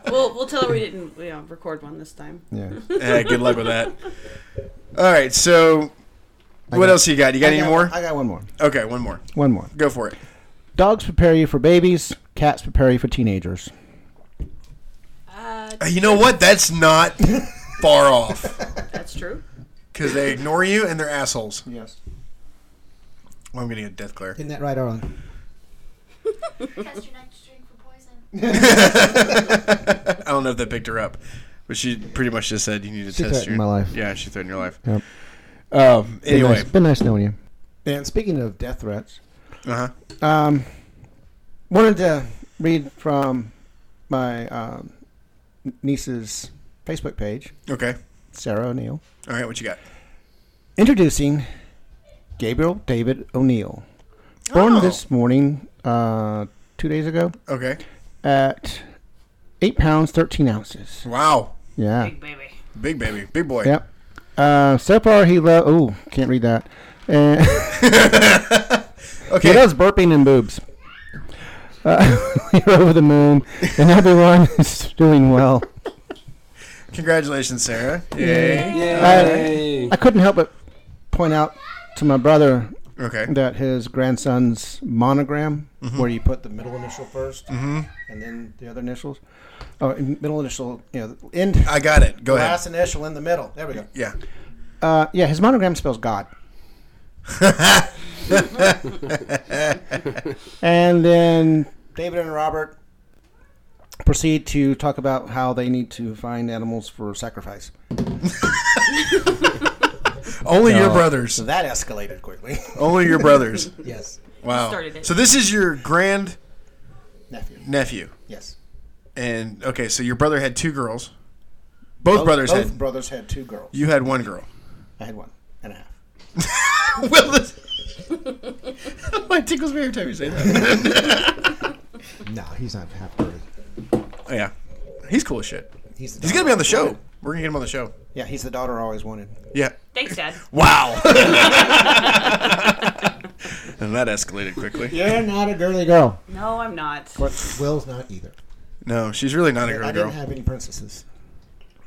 Speaker 3: We'll, we'll tell her we didn't you know, record one this time.
Speaker 2: Yeah.
Speaker 1: Eh, good luck with that. All right, so what
Speaker 2: got-
Speaker 1: else you got? You got
Speaker 2: I
Speaker 1: any more?
Speaker 2: I got one more.
Speaker 1: Okay, one more.
Speaker 2: One more.
Speaker 1: Go for it.
Speaker 2: Dogs prepare you for babies. Cats prepare you for teenagers.
Speaker 1: Uh, You know what? That's not far off
Speaker 3: That's true.
Speaker 1: because they ignore you and they're assholes.
Speaker 2: Yes.
Speaker 1: Well, I'm gonna get death glare.
Speaker 2: Isn't that right, Arlen?
Speaker 6: Test your next drink for poison.
Speaker 1: I don't know if that picked her up, but she pretty much just said you need to
Speaker 2: She
Speaker 1: test
Speaker 2: threatened
Speaker 1: your
Speaker 2: my life.
Speaker 1: Yeah, she threatened your life.
Speaker 2: Yep.
Speaker 1: Um. Anyway.
Speaker 2: been nice knowing you. And speaking of death threats,
Speaker 1: Uh huh.
Speaker 2: um, wanted to read from my um, niece's Facebook page,
Speaker 1: Okay.
Speaker 2: Sarah O'Neill,
Speaker 1: All right. What you got?
Speaker 2: introducing Gabriel David O'Neill, born
Speaker 1: Oh.
Speaker 2: this morning, uh, two days ago,
Speaker 1: Okay.
Speaker 2: at eight pounds thirteen ounces.
Speaker 1: Wow.
Speaker 2: Yeah.
Speaker 3: Big baby.
Speaker 1: Big baby. Big boy.
Speaker 2: Yep. Uh, so far, he lo Oh, can't read that. Uh,
Speaker 1: Okay.
Speaker 2: he loves burping and boobs. Uh, we're over the moon, and everyone is doing well.
Speaker 1: Congratulations, Sarah. Yay.
Speaker 7: Yay!
Speaker 2: I couldn't help but point out to my brother
Speaker 1: Okay.
Speaker 2: that his grandson's monogram, where you put the middle initial 1st and then the other initials, or middle initial, you know, end
Speaker 1: I got it. Go ahead.
Speaker 2: last initial in the middle. There we go.
Speaker 1: Yeah.
Speaker 2: Uh, yeah, his monogram spells God. and then David and Robert proceed to talk about how they need to find animals for sacrifice.
Speaker 1: Only your
Speaker 2: No.
Speaker 1: brothers.
Speaker 2: So that escalated quickly.
Speaker 1: Only your brothers.
Speaker 2: yes.
Speaker 1: Wow.
Speaker 3: Started it.
Speaker 1: So this is your grand
Speaker 2: Nephew.
Speaker 1: nephew,
Speaker 2: Yes.
Speaker 1: and okay, so your brother had two girls. Both, brothers
Speaker 2: both
Speaker 1: had.
Speaker 2: brothers had two girls.
Speaker 1: You had one girl.
Speaker 2: I had one and a half.
Speaker 1: Well, this. My tickles me every time you say that.
Speaker 2: No, he's not half brother.
Speaker 1: Oh, yeah, he's cool as shit.
Speaker 2: He's, the
Speaker 1: He's gonna be on the show. We're gonna get him on the show.
Speaker 2: Yeah, he's the daughter I always wanted.
Speaker 1: Yeah.
Speaker 3: Thanks, Dad.
Speaker 1: Wow. and that escalated quickly.
Speaker 2: You're not a girly girl.
Speaker 3: No, I'm not.
Speaker 2: But Will's not either.
Speaker 1: No, she's really not a girl. girl.
Speaker 2: have any princesses.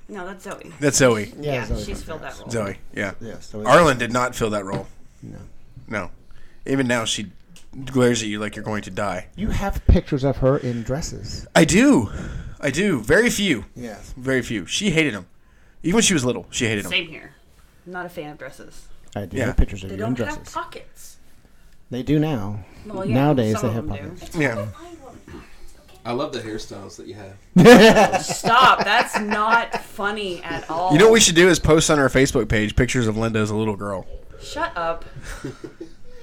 Speaker 3: No, that's Zoe.
Speaker 1: That's Zoe.
Speaker 3: Yeah,
Speaker 2: Zoe
Speaker 3: she's
Speaker 2: did.
Speaker 3: filled that role.
Speaker 1: Zoe. Yeah.
Speaker 2: Yeah, so it's-
Speaker 1: Arlen did not fill that role.
Speaker 2: No.
Speaker 1: No. Even now, she glares at you like you're going to die.
Speaker 2: You have pictures of her in dresses.
Speaker 1: I do. I do. Very few.
Speaker 2: Yes.
Speaker 1: Very few. She hated him. Even when she was little, she hated him.
Speaker 3: Same here. Not a fan of dresses.
Speaker 2: I do
Speaker 1: Yeah.
Speaker 2: have pictures of
Speaker 3: They
Speaker 2: you in
Speaker 3: don't have
Speaker 2: dresses.
Speaker 3: pockets.
Speaker 2: They do now.
Speaker 3: Well, yeah,
Speaker 2: Nowadays
Speaker 3: some
Speaker 2: they
Speaker 3: of
Speaker 2: have
Speaker 3: them do.
Speaker 2: pockets.
Speaker 1: Yeah.
Speaker 6: I want pockets, okay?
Speaker 7: I love the hairstyles that you have.
Speaker 3: Stop. That's not funny at all.
Speaker 1: You know what we should do is post on our Facebook page pictures of Linda as a little girl.
Speaker 3: Shut up.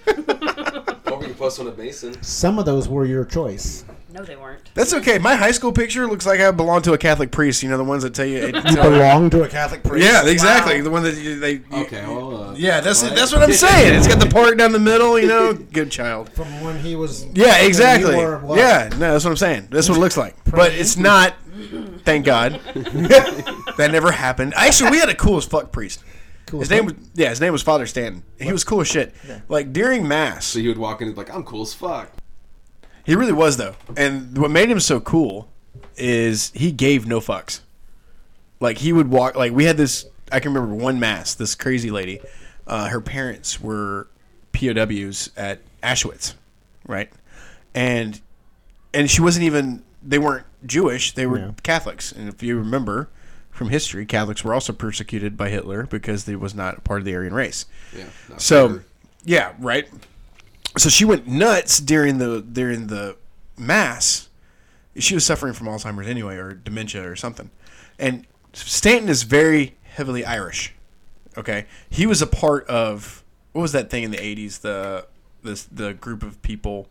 Speaker 7: Or we can post one of Mason.
Speaker 2: Some of those were your choice.
Speaker 3: No, they weren't.
Speaker 1: That's okay. My high school picture looks like I belong to a Catholic priest. You know the ones that tell you. It,
Speaker 2: Belong to a Catholic priest.
Speaker 1: yeah, exactly. The one that you, they.
Speaker 7: Okay, well, uh,
Speaker 1: Yeah, that's that's what I'm saying. It's got the park down the middle. You know, good child.
Speaker 2: From when he was.
Speaker 1: Yeah, exactly.
Speaker 2: you were what?
Speaker 1: Yeah, no, that's what I'm saying. That's what it looks like. But it's not. Thank God, that never happened. Actually, we had a cool as fuck priest.
Speaker 2: Cool.
Speaker 1: His name was yeah. His name was Father Stanton. He was cool as shit. Like during mass,
Speaker 7: So you would walk in and be like, I'm cool as fuck.
Speaker 1: He really was though, and what made him so cool is he gave no fucks. Like he would walk. Like we had this. I can remember one mass. This crazy lady, uh, her parents were POWs at Auschwitz, right? And and she wasn't even. They weren't Jewish. They were
Speaker 2: No.
Speaker 1: Catholics. And if you remember from history, Catholics were also persecuted by Hitler because they was not part of the Aryan race.
Speaker 7: Yeah. not
Speaker 1: So,
Speaker 7: fair.
Speaker 1: yeah, right. So she went nuts during the during the mass. She was suffering from Alzheimer's anyway, or dementia, or something. And Stanton is very heavily Irish. Okay, he was a part of what was that thing in the eighties? The this the group of people.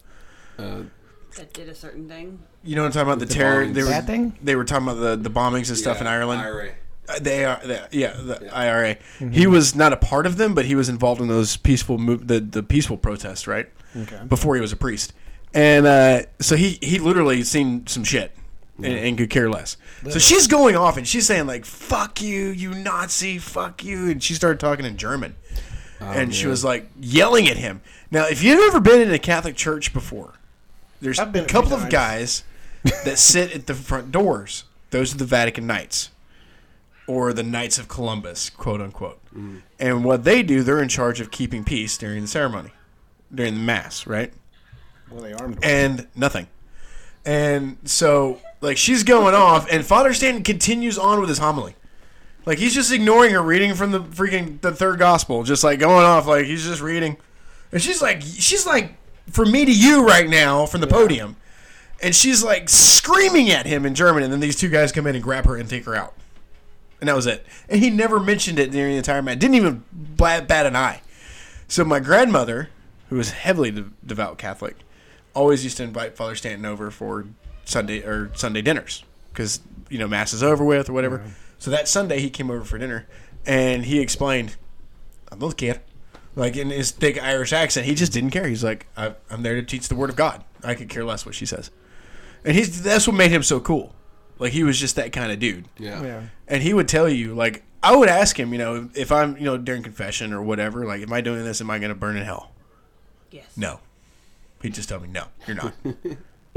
Speaker 3: That did a certain thing.
Speaker 1: You know what I'm talking about? The, terror.
Speaker 7: bombings.
Speaker 1: They were,
Speaker 2: That thing?
Speaker 1: They were talking about the, the bombings and stuff
Speaker 7: Yeah,
Speaker 1: in Ireland.
Speaker 7: IRA.
Speaker 1: Uh, They are, the, yeah, the IRA. He was not a part of them, but he was involved in those peaceful move, the the peaceful protests, right? Okay. Before he was a priest, and uh, so he he literally seen some shit and, and could care less. So she's going off and she's saying like "fuck you, you Nazi, fuck you," and she started talking in German, and she was like yelling at him. Now, if you've ever been in a Catholic church before, there's
Speaker 2: I've been
Speaker 1: a
Speaker 2: a few
Speaker 1: couple of
Speaker 2: times.
Speaker 1: guys that sit at the front doors. Those are the Vatican Knights or the Knights of Columbus, quote unquote.
Speaker 2: Mm.
Speaker 1: And what they do, they're in charge of keeping peace during the ceremony, during the mass, right?
Speaker 2: Well, they armed him.
Speaker 1: And nothing. And so, like, she's going off, and Father Stanton continues on with his homily. Like, he's just ignoring her, reading from the freaking the third gospel, just like going off, like he's just reading. And she's like, she's like, from me to you right now, from the podium. And she's like screaming at him in German, and then these two guys come in and grab her and take her out. And that was it. And he never mentioned it during the entire match. Didn't even bat, bat an eye. So my grandmother, who was heavily de- devout Catholic, always used to invite Father Stanton over for Sunday or Sunday dinners because you know mass is over with or whatever. So that Sunday he came over for dinner, and he explained, "I don't care." Like in his thick Irish accent, he just didn't care. He's like, I- "I'm there to teach the Word of God. I could care less what she says." And he's that's what made him so cool. Like he was just that kind of dude
Speaker 7: Yeah.
Speaker 2: Yeah.
Speaker 1: and he would tell you like i would ask him you know if i'm you know during confession or whatever like am i doing this am i going to burn in hell
Speaker 3: Yes.
Speaker 1: no he'd just tell me no you're not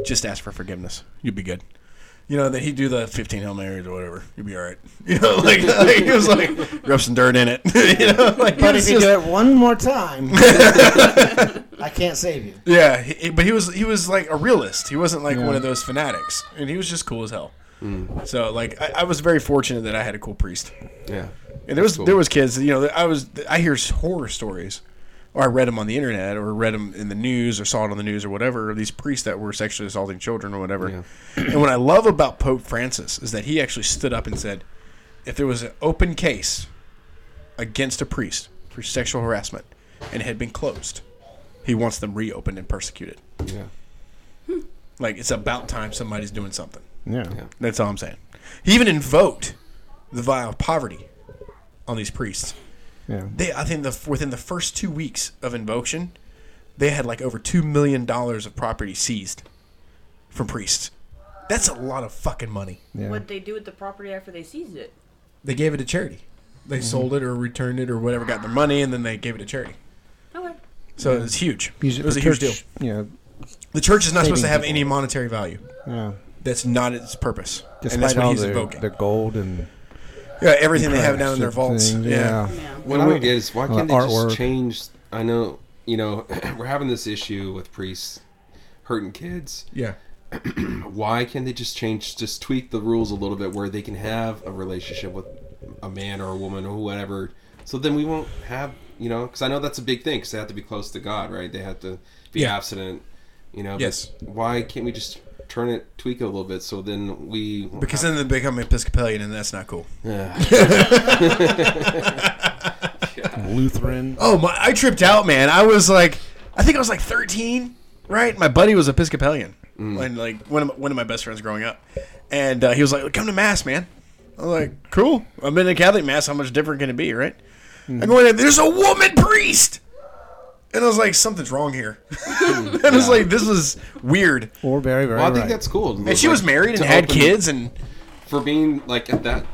Speaker 1: just ask for forgiveness you'd be good you know that he'd do the 15 hail marys or whatever you'd be all right you know like, like he was like rub some dirt in it you know like he
Speaker 2: But
Speaker 1: was
Speaker 2: if you
Speaker 1: just-
Speaker 2: do it one more time, I can't save you.
Speaker 1: yeah he, but he was he was like a realist he wasn't like one of those fanatics and he was just cool as hell
Speaker 2: Mm.
Speaker 1: so like I, I was very fortunate that i had a cool priest
Speaker 7: Yeah.
Speaker 1: And there was
Speaker 7: Cool.
Speaker 1: there was kids. You know, I was I hear horror stories, or I read them on the internet, or read them in the news, or saw it on the news, or whatever. Or these priests that were sexually assaulting children, or whatever. and what I love about Pope Francis is that he actually stood up and said, if there was an open case against a priest for sexual harassment and it had been closed, he wants them reopened and persecuted.
Speaker 7: Yeah.
Speaker 1: Like it's about time somebody's doing something.
Speaker 2: Yeah.
Speaker 1: That's all I'm saying. He even invoked the vow of poverty on these priests.
Speaker 2: Yeah.
Speaker 1: They, I think, the within the first two weeks of invocation, they had like over two million dollars of property seized from priests. That's a lot of fucking money.
Speaker 3: What'd they do with the property after they seized it?
Speaker 1: They gave it to charity. They
Speaker 2: Mm-hmm.
Speaker 1: sold it or returned it or whatever, got their money, and then they gave it to charity.
Speaker 3: Okay.
Speaker 1: So it was huge.
Speaker 2: Use
Speaker 1: it
Speaker 2: for
Speaker 1: was a huge deal.
Speaker 2: church, Yeah.
Speaker 1: The church is not supposed to
Speaker 2: Saving
Speaker 1: have
Speaker 2: people.
Speaker 1: any monetary value.
Speaker 2: Yeah.
Speaker 1: That's not its purpose. and that's
Speaker 2: Despite
Speaker 1: what
Speaker 2: all
Speaker 1: he's
Speaker 2: their,
Speaker 1: invoking.
Speaker 2: their gold and
Speaker 1: yeah, everything they have down in their
Speaker 2: crafts
Speaker 1: vaults.
Speaker 2: and-
Speaker 1: yeah.
Speaker 3: Yeah.
Speaker 7: What
Speaker 2: I
Speaker 7: I
Speaker 2: don't
Speaker 7: don't get is why
Speaker 2: uh,
Speaker 7: can't they
Speaker 2: artwork.
Speaker 7: just change? I know you know, we're having this issue with priests hurting kids.
Speaker 8: Yeah.
Speaker 7: Why can't they just change, just tweak the rules a little bit where they can have a relationship with a man or a woman or whatever? So then we won't have, you know, because I know that's a big thing because they have to be close to God, right? They have to be
Speaker 8: Yeah.
Speaker 7: abstinent, you know. but
Speaker 8: Yes.
Speaker 7: Why can't we just turn it, tweak it a little bit so then we. won't
Speaker 1: Because
Speaker 7: have-
Speaker 1: then they become Episcopalian, and that's not cool.
Speaker 2: Lutheran.
Speaker 1: Oh, my, I tripped out, man. I was like, I think I was like 13, right? My buddy was Episcopalian, and like one of my, one of my best friends growing up, and uh, he was like, "Come to mass, man." I was like, "Cool." I'm in a Catholic mass. How much different can it be, right?
Speaker 2: Mm.
Speaker 1: I go in there. There's a woman priest, and I was like, "Something's wrong here." and I was like, "This is weird."
Speaker 2: Or very, very
Speaker 7: Well, I think
Speaker 2: right.
Speaker 7: that's cool.
Speaker 1: And she was married and had kids, and
Speaker 7: for being like at that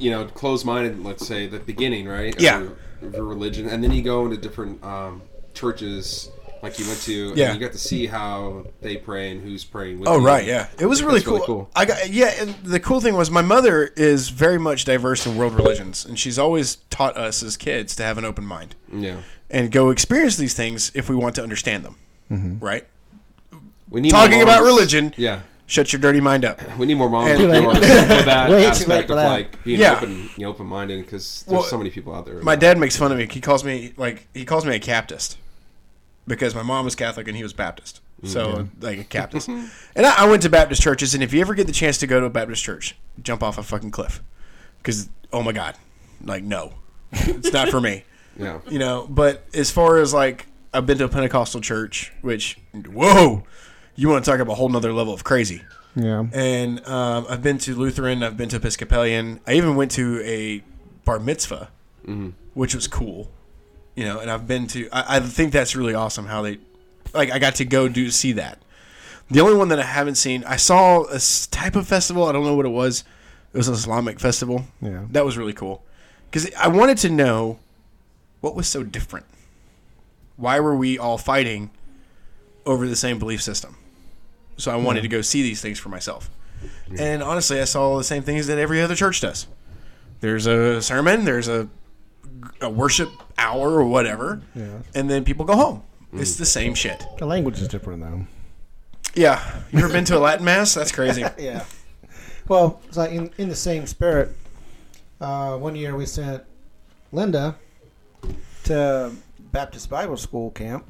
Speaker 7: you know closed-minded let's say the beginning right of
Speaker 1: Yeah.
Speaker 7: your, of your religion and then you go into different um, churches like you went to
Speaker 1: Yeah.
Speaker 7: and you got to see how they pray and who's praying with
Speaker 1: Oh
Speaker 7: you.
Speaker 1: right, yeah. It was really
Speaker 7: That's
Speaker 1: cool.
Speaker 7: really cool.
Speaker 1: I got yeah. And the cool thing was my mother is very much diverse in world religions, and she's always taught us as kids to have an open mind
Speaker 7: yeah
Speaker 1: and go experience these things if we want to understand them. Right?
Speaker 7: we need
Speaker 1: Talking
Speaker 7: more
Speaker 1: about
Speaker 7: moms.
Speaker 1: religion.
Speaker 7: yeah
Speaker 1: Shut your dirty mind up.
Speaker 7: we need more moms
Speaker 1: Too
Speaker 7: with
Speaker 1: late.
Speaker 7: more- with that
Speaker 2: Way too late
Speaker 7: aspect
Speaker 2: for
Speaker 7: of
Speaker 2: that.
Speaker 7: like being
Speaker 1: Yeah.
Speaker 7: open you know, open-minded because there's
Speaker 1: Well,
Speaker 7: so many people out there
Speaker 1: My dad makes fun of me. He calls me like he calls me a Captist because my mom was Catholic and he was Baptist. So like a Captist. and I, I went to Baptist churches, and if you ever get the chance to go to a Baptist church, jump off a fucking cliff because oh my god, like no, it's not for me.
Speaker 7: yeah
Speaker 1: You know, but as far as like I've been to a Pentecostal church, which whoa, you want to talk about a whole nother level of crazy
Speaker 2: yeah.
Speaker 1: and um, I've been to Lutheran, I've been to Episcopalian, I even went to a bar mitzvah, which was cool, you know. And I've been to, I, I think that's really awesome how they, like, I got to go do see that. The only one that I haven't seen, I saw a s- type of festival. I don't know what it was. It was an Islamic festival.
Speaker 2: Yeah.
Speaker 1: that was really cool because I wanted to know what was so different. Why were we all fighting over the same belief system? So I wanted to go see these things for myself. And honestly, I saw the same things that every other church does. There's a sermon, there's a, a worship hour or whatever,
Speaker 2: Yeah. Mm.
Speaker 1: and then people go home. It's the same shit.
Speaker 2: The language is different, though.
Speaker 1: Yeah. You ever been to a Latin mass? That's crazy.
Speaker 2: Yeah. Well, it's like in, in the same spirit, uh, one year we sent Linda to Baptist Bible School camp.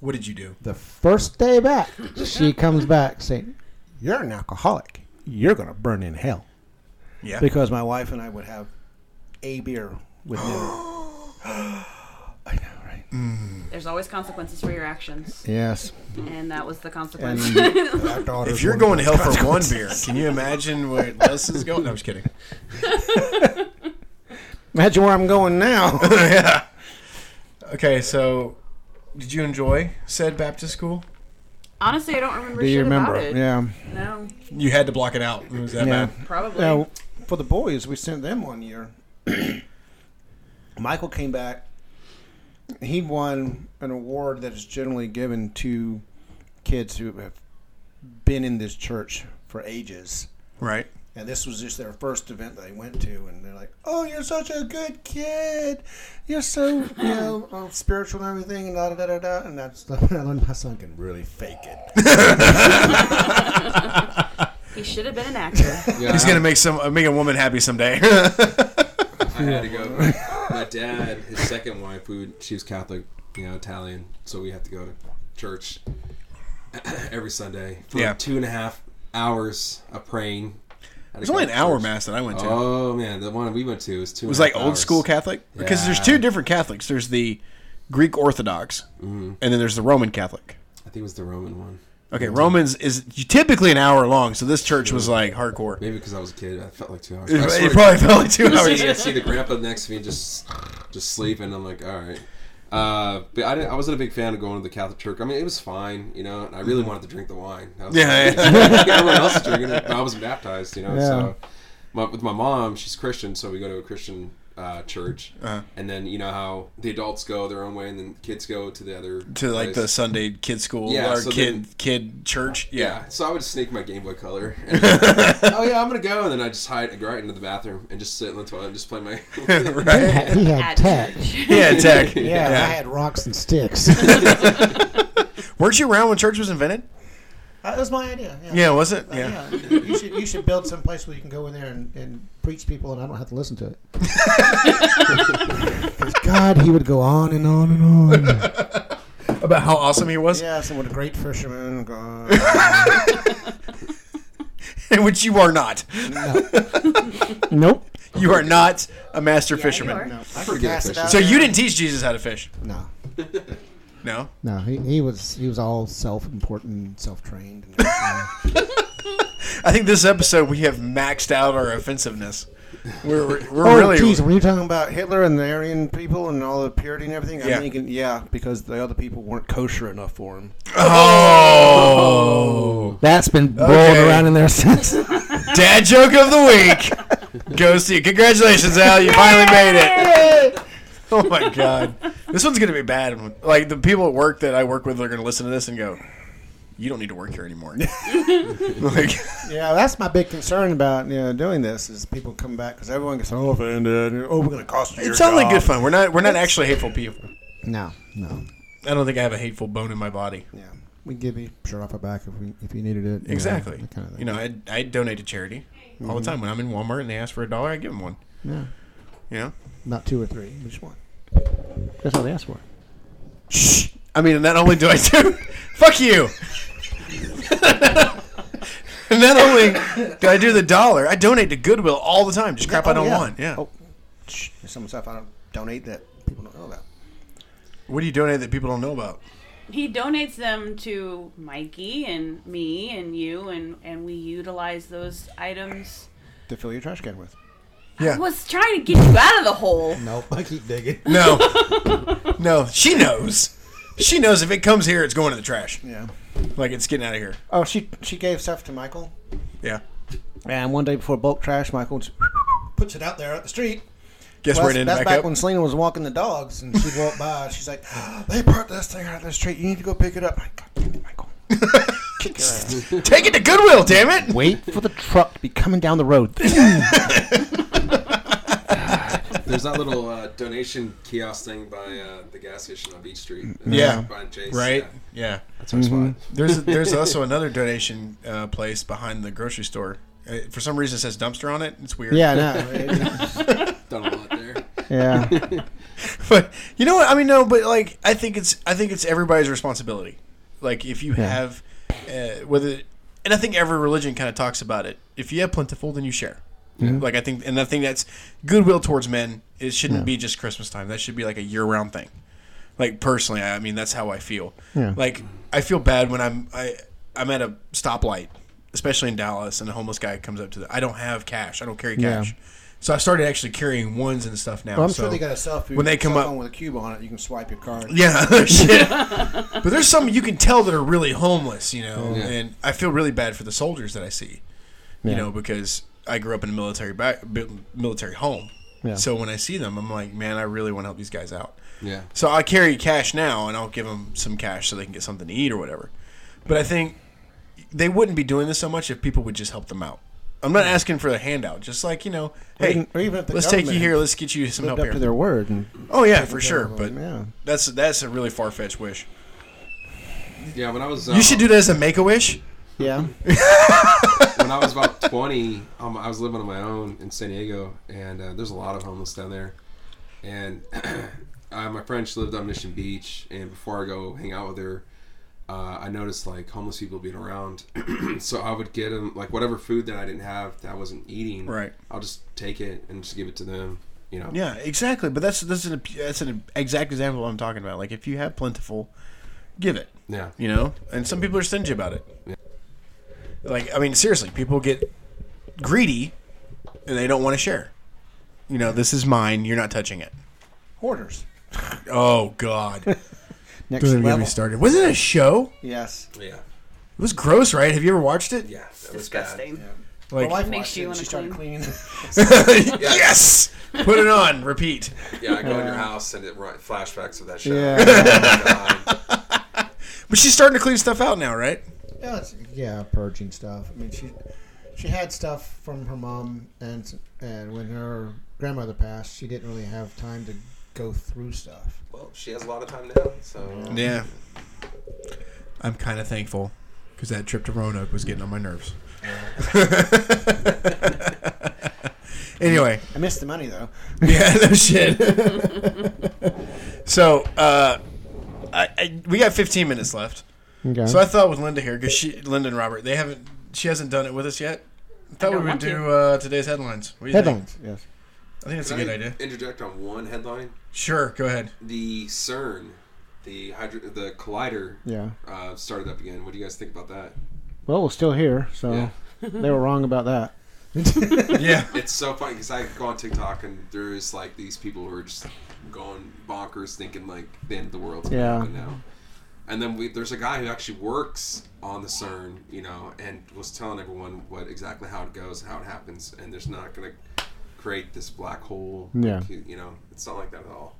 Speaker 1: What did you do?
Speaker 2: The first day back, she comes back saying, You're an alcoholic. You're going to burn in hell.
Speaker 1: Yeah.
Speaker 2: Because my wife and I would have a beer with dinner.
Speaker 3: There's always consequences for your actions,
Speaker 2: yes.
Speaker 3: and that was the
Speaker 2: And
Speaker 3: consequence.
Speaker 2: our daughter's
Speaker 1: If you're
Speaker 2: one-
Speaker 1: going to hell for one beer, can you imagine where Les is going? No, I'm just kidding.
Speaker 2: Imagine where I'm going now.
Speaker 1: yeah. Okay, so did you enjoy said Baptist school?
Speaker 3: Honestly, I don't remember
Speaker 2: Do
Speaker 3: shit
Speaker 2: you remember?
Speaker 3: about it.
Speaker 2: Yeah.
Speaker 3: No,
Speaker 1: You had to block it out. It was that
Speaker 2: Yeah.
Speaker 1: bad.
Speaker 3: probably.
Speaker 2: Now, for the boys, we sent them one year. Michael came back. He won an award that is generally given to kids who have been in this church for ages.
Speaker 1: Right.
Speaker 2: And this was just their first event that they went to, and they're like, "Oh, you're such a good kid. You're so you know uh, spiritual and everything." And da da da da. And that's I learned my son can really fake it. Uh,
Speaker 3: He should have been an actor.
Speaker 7: yeah
Speaker 1: He's
Speaker 7: I-
Speaker 1: gonna make some uh, make a woman happy someday.
Speaker 7: I had to go. My dad, his second wife, we would, she was Catholic, you know, Italian, so we have to go to church every Sunday for
Speaker 1: Yeah.
Speaker 7: two and a half hours of praying. It
Speaker 1: It's only an hour mass that I went to. it
Speaker 7: Oh man, the one we went to was two. It
Speaker 1: was like old school Catholic because there's
Speaker 7: Yeah.
Speaker 1: two different Catholics. There's the Greek Orthodox,
Speaker 7: Mm-hmm.
Speaker 1: and then there's the Roman Catholic.
Speaker 7: I think it was the Roman one.
Speaker 1: Okay,
Speaker 7: Mm-hmm.
Speaker 1: Romans is typically an hour long, so this church was like hardcore. It,
Speaker 7: Maybe because I was a kid, I felt like two hours. I swear
Speaker 1: it
Speaker 7: to
Speaker 1: probably felt like two
Speaker 7: I
Speaker 1: hours.
Speaker 7: see, I Oh, see the grandpa next to me just just sleeping. I'm like, all right. Uh, but I, didn't, I wasn't a big fan of going to the Catholic church. I mean, it was fine, you know. And I really wanted to drink the wine. That was-
Speaker 1: Mm-hmm. Yeah,
Speaker 7: everyone else is drinking it. But I was baptized, you know.
Speaker 2: Yeah.
Speaker 7: So, my, with my mom, she's Christian, so we go to a Christian uh, church,
Speaker 1: Uh-huh.
Speaker 7: and then you know how the adults go their own way, and then kids go to the other
Speaker 1: to like the
Speaker 7: place.
Speaker 1: Sunday kid school
Speaker 7: Yeah,
Speaker 1: or
Speaker 7: so
Speaker 1: kid
Speaker 7: then-
Speaker 1: kid church. Yeah.
Speaker 7: Yeah, so I would sneak my Game Boy Color. And oh yeah, I'm gonna go, and then I just hide, go right into the bathroom, and just sit in the toilet and just play my.
Speaker 1: right.
Speaker 8: He had tech.
Speaker 1: Yeah, tech.
Speaker 8: Yeah, I had rocks and sticks. I
Speaker 1: Weren't you around when church was invented?
Speaker 2: That was my idea. Yeah.
Speaker 1: Yeah, was it? Yeah.
Speaker 2: Yeah. you should you should build some place where you can go in there and, and preach people, and I don't have to listen to it.
Speaker 8: God, he would go on and on and on.
Speaker 1: About how awesome he was,
Speaker 2: Yeah, someone a great fisherman. God.
Speaker 1: and which you are not.
Speaker 8: Nope.
Speaker 1: You are not a master fisherman.
Speaker 3: are.
Speaker 2: No, I
Speaker 7: Pretty
Speaker 2: could
Speaker 7: good
Speaker 2: pass it
Speaker 7: fisher.
Speaker 2: out.
Speaker 1: So you didn't teach Jesus how to fish?
Speaker 8: No,
Speaker 1: No.
Speaker 8: no, he, he was he was all self-important, self-trained.
Speaker 1: I think this episode we have maxed out our offensiveness. We're we're, we're
Speaker 8: Oh,
Speaker 1: really
Speaker 8: geez,
Speaker 2: When you're talking about Hitler and the Aryan people and all the purity and everything,
Speaker 1: Yeah.
Speaker 2: I'm thinking, yeah, because the other people weren't kosher enough for him.
Speaker 1: oh
Speaker 8: That's been rolled
Speaker 1: Okay.
Speaker 8: around in there since.
Speaker 1: dad joke of the week goes to you. Congratulations, Al! You finally made it. Oh my god, this one's gonna be bad. Like the people at work that I work with are gonna listen to this and go, "You don't need to work here anymore." like,
Speaker 2: Yeah, that's my big concern about you know, doing this is people come back because everyone gets so offended. and, Oh, we're going to cost you. your
Speaker 1: it sounds like
Speaker 2: job."
Speaker 1: good fun. We're not we're not actually hateful people.
Speaker 8: No, no.
Speaker 1: I don't think I have a hateful bone in my body.
Speaker 8: Yeah, we give you shirt off our back if we if you needed it. you
Speaker 1: Exactly.
Speaker 8: know, that kind of thing.
Speaker 1: You know, I, I donate to charity all
Speaker 2: Mm-hmm.
Speaker 1: the time. When I'm in Walmart and they ask for a dollar, I give them one.
Speaker 8: Yeah.
Speaker 1: You know?
Speaker 8: not two or three, just one. That's all they asked for.
Speaker 1: Shh. I mean, and not only do I do, fuck you. and not only do I do the dollar, I donate to Goodwill all the time. Just crap I
Speaker 2: Oh,
Speaker 1: don't
Speaker 2: yeah.
Speaker 1: want. Yeah.
Speaker 2: Oh, shh, there's some stuff I don't donate that people don't know about.
Speaker 1: What do you donate that people don't know about?
Speaker 3: He donates them to Mikey and me and you, and and we utilize those items.
Speaker 2: To fill your trash can with.
Speaker 1: Yeah.
Speaker 3: I was trying to get you out of the hole.
Speaker 8: Nope, I keep digging.
Speaker 1: No. no. She knows. She knows if it comes here, it's going to the trash.
Speaker 2: Yeah.
Speaker 1: Like it's getting out of here.
Speaker 2: Oh, she she gave stuff to Michael,
Speaker 1: Yeah.
Speaker 2: and one day before bulk trash, Michael just puts it out there at the street.
Speaker 1: Guess
Speaker 2: Well,
Speaker 1: we're
Speaker 2: that's
Speaker 1: in
Speaker 2: that's
Speaker 1: back
Speaker 2: back
Speaker 1: up.
Speaker 2: when Selena was walking the dogs, and she walked by. She's like, "They burnt this thing out of the street. You need to go pick it up." Like, God damn it, Michael. Kick your ass.
Speaker 1: Take it to Goodwill, damn it.
Speaker 2: Wait for the truck to be coming down the road.
Speaker 7: There's that little uh, donation kiosk thing by uh, the gas station on Beach Street. Uh,
Speaker 1: Yeah. Mm-hmm.
Speaker 7: by Chase.
Speaker 1: Right?
Speaker 7: Yeah,
Speaker 1: Yeah.
Speaker 7: that's our spot.
Speaker 1: There's there's also another donation uh, place behind the grocery store. Uh, for some reason, it says dumpster on it. It's weird.
Speaker 8: Yeah, no.
Speaker 7: Done a lot there.
Speaker 8: yeah.
Speaker 1: But you know what? I mean, no. But like, I think it's I think it's everybody's responsibility. Like, if you have uh, whether, and I think every religion kind of talks about it. If you have plentiful, then you share. Like I think, and I think that's goodwill towards men. It shouldn't be just Christmas time. That should be like a year round thing. Like personally, I I mean that's how I feel.
Speaker 8: Yeah.
Speaker 1: Like I feel bad when I'm I I'm at a stoplight, especially in Dallas, and a homeless guy comes up to the. I don't have cash. I don't carry
Speaker 8: Yeah.
Speaker 1: cash. So I started actually carrying ones and stuff now.
Speaker 8: I'm
Speaker 1: so
Speaker 2: sure they got a self
Speaker 1: When they come
Speaker 2: cell
Speaker 1: up-
Speaker 2: phone with a cube on it. You can swipe your card.
Speaker 1: yeah, oh, shit. but there's some you can tell that are really homeless, you know. And I feel really bad for the soldiers that I see, you know, because I grew up in a military back, military home.
Speaker 8: Yeah.
Speaker 1: So when I see them, I'm like, man, I really want to help these guys out.
Speaker 7: Yeah.
Speaker 1: So I carry cash now, and I'll give them some cash so they can get something to eat or whatever. But I think they wouldn't be doing this so much if people would just help them out. I'm not asking for a handout, just like you know,
Speaker 2: Or
Speaker 1: hey,
Speaker 2: even- or even if the
Speaker 1: let's take you
Speaker 2: government
Speaker 1: here, let's get you some help
Speaker 2: Lived
Speaker 1: here.
Speaker 2: up to their word. And,
Speaker 1: oh yeah, for sure. But
Speaker 2: yeah.
Speaker 1: that's that's a really far fetched wish.
Speaker 7: Yeah, when I was uh,
Speaker 1: You should do that as a make a wish.
Speaker 2: Yeah.
Speaker 7: when I was about 20, um, I was living on my own in San Diego, and uh, there's a lot of homeless down there. And uh, my friend, she lived on Mission Beach, and before I go hang out with her, uh, I noticed like homeless people being around. so I would get them like whatever food that I didn't have that I wasn't eating.
Speaker 1: Right.
Speaker 7: I'll just take it and just give it to them. You know.
Speaker 1: Yeah, exactly. But that's that's an that's an exact example of what I'm talking about. Like if you have plentiful, give it.
Speaker 7: Yeah.
Speaker 1: You know, and some people are stingy about it. Like I mean, seriously, people get greedy, and they don't want to share. You know, this is mine. You're not touching it.
Speaker 2: Hoarders.
Speaker 1: Oh God!
Speaker 2: Next
Speaker 1: Don't even get
Speaker 2: level.
Speaker 1: me started. Was it a show?
Speaker 2: Yes.
Speaker 7: Yeah.
Speaker 1: It was gross, right? Have you ever watched it?
Speaker 7: Yeah. That was bad.
Speaker 3: Disgusting.
Speaker 2: My
Speaker 1: Like
Speaker 2: wife
Speaker 3: Makes
Speaker 2: watched
Speaker 3: you
Speaker 2: it and
Speaker 3: wanna
Speaker 2: she started cleaning.
Speaker 1: yes, Put it on. Repeat.
Speaker 7: Yeah, I go in your house and it ri- flashbacks of that show.
Speaker 8: Yeah,
Speaker 7: God.
Speaker 1: But she's starting to clean stuff out now, right?
Speaker 2: Yeah, it's, yeah, purging stuff. I mean, she she had stuff from her mom, and and when her grandmother passed, she didn't really have time to go through stuff.
Speaker 7: well, she has a lot of time now, so
Speaker 1: Yeah. I'm kind of thankful because that trip to Roanoke was getting on my nerves. anyway,
Speaker 2: I missed the money though.
Speaker 1: yeah, no shit. so, uh, I, I, we got 15 minutes left.
Speaker 8: okay.
Speaker 1: So I thought with Linda here because she, Linda and Robert, they haven't, she hasn't done it with us yet. I thought
Speaker 3: don't
Speaker 1: we would
Speaker 3: want to.
Speaker 1: do uh, today's headlines. What do you think?
Speaker 8: Headlines. Yes.
Speaker 1: I think that's a
Speaker 7: Can
Speaker 1: good
Speaker 7: I
Speaker 1: idea.
Speaker 7: Interject on one headline:
Speaker 1: Sure, go ahead.
Speaker 7: the CERN, the hydro, the collider,
Speaker 8: Yeah.
Speaker 7: uh, started up again. What do you guys think about that?
Speaker 8: Well, we're still here, so
Speaker 7: Yeah.
Speaker 8: they were wrong about that.
Speaker 1: Yeah.
Speaker 7: It's so funny because I go on TikTok and there's like these people who are just going bonkers, thinking like the end of the world's gonna
Speaker 8: Yeah.
Speaker 7: happen now. And then we, there's a guy who actually works on the CERN, you know, and was telling everyone what exactly how it goes and how it happens, and there's not gonna create this black hole. like,
Speaker 8: Yeah.
Speaker 7: you, you know, it's not like that at all.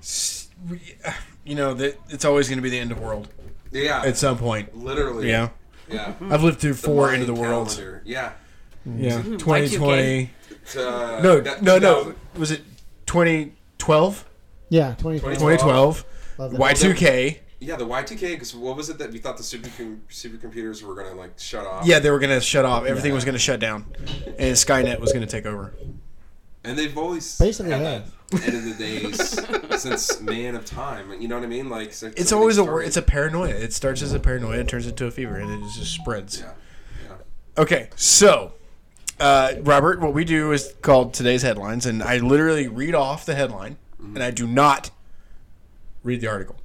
Speaker 1: S- we- uh, You know, that it's always going to be the end of the world
Speaker 7: Yeah,
Speaker 1: at some point.
Speaker 7: literally.
Speaker 1: Yeah.
Speaker 7: yeah.
Speaker 1: I've lived through four
Speaker 7: Mayan
Speaker 1: into the world. Mm-hmm.
Speaker 7: calendar. Yeah.
Speaker 1: Yeah, 2020.
Speaker 7: It's, uh,
Speaker 1: No,
Speaker 7: that-
Speaker 1: no, no.
Speaker 7: 2000.
Speaker 1: Was it 2012?
Speaker 8: Yeah, twenty.
Speaker 1: 2012.
Speaker 8: Love it.
Speaker 1: Y2K.
Speaker 7: Yeah, the Y2K. Because what was it that we thought the super supercomputers were gonna like shut off?
Speaker 1: Yeah, they were gonna shut off. Everything was gonna shut down, and Skynet was gonna take over.
Speaker 7: And they've always
Speaker 8: Basically
Speaker 7: had
Speaker 8: have.
Speaker 7: that end of the days since man of time. You know what I mean? Like since
Speaker 1: It's
Speaker 7: they
Speaker 1: always a wor-
Speaker 7: started.
Speaker 1: it's a paranoia. It starts as a paranoia and turns into a fever, and it just spreads.
Speaker 7: Yeah. yeah.
Speaker 1: Okay, so uh, Robert, what we do is called today's headlines, and I literally read off the headline,
Speaker 7: Mm-hmm.
Speaker 1: and I do not read the article.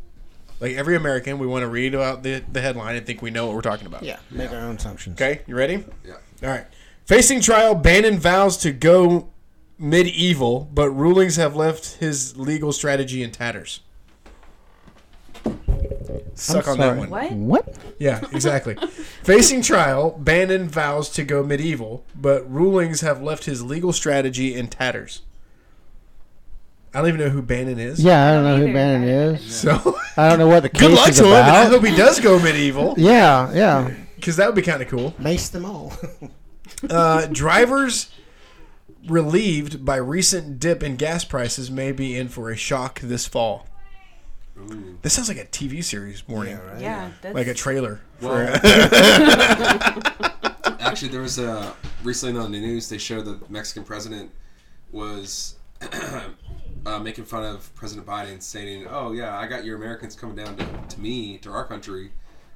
Speaker 1: Like every American, we want to read about the, the headline and think we know what we're talking about.
Speaker 2: Yeah, make our own assumptions.
Speaker 1: Okay, you ready?
Speaker 7: Yeah.
Speaker 1: All right. Facing trial, Bannon vows to go medieval, but rulings have left his legal strategy in tatters. Suck on that
Speaker 8: sorry.
Speaker 1: one.
Speaker 3: What?
Speaker 8: What?
Speaker 1: Yeah, exactly. Facing trial, Bannon vows to go medieval, but rulings have left his legal strategy in tatters. I don't even know who Bannon is.
Speaker 8: Yeah, I don't know who
Speaker 3: Either.
Speaker 8: Bannon is.
Speaker 1: So
Speaker 8: I don't know what the case
Speaker 1: good luck
Speaker 8: is
Speaker 1: to him. and I
Speaker 8: about.
Speaker 1: hope he does go medieval
Speaker 8: Yeah, yeah.
Speaker 1: because that would be kind of cool.
Speaker 2: Mace them all.
Speaker 1: Uh, drivers relieved by recent dip in gas prices may be in for a shock this fall. This sounds like a TV series warning,
Speaker 3: Yeah, that's
Speaker 1: like a trailer.
Speaker 7: Actually, there was a recently on the news. They showed the Mexican president was uh, making fun of President Biden, saying, "Oh yeah, I got your Americans coming down to, to me, to our country,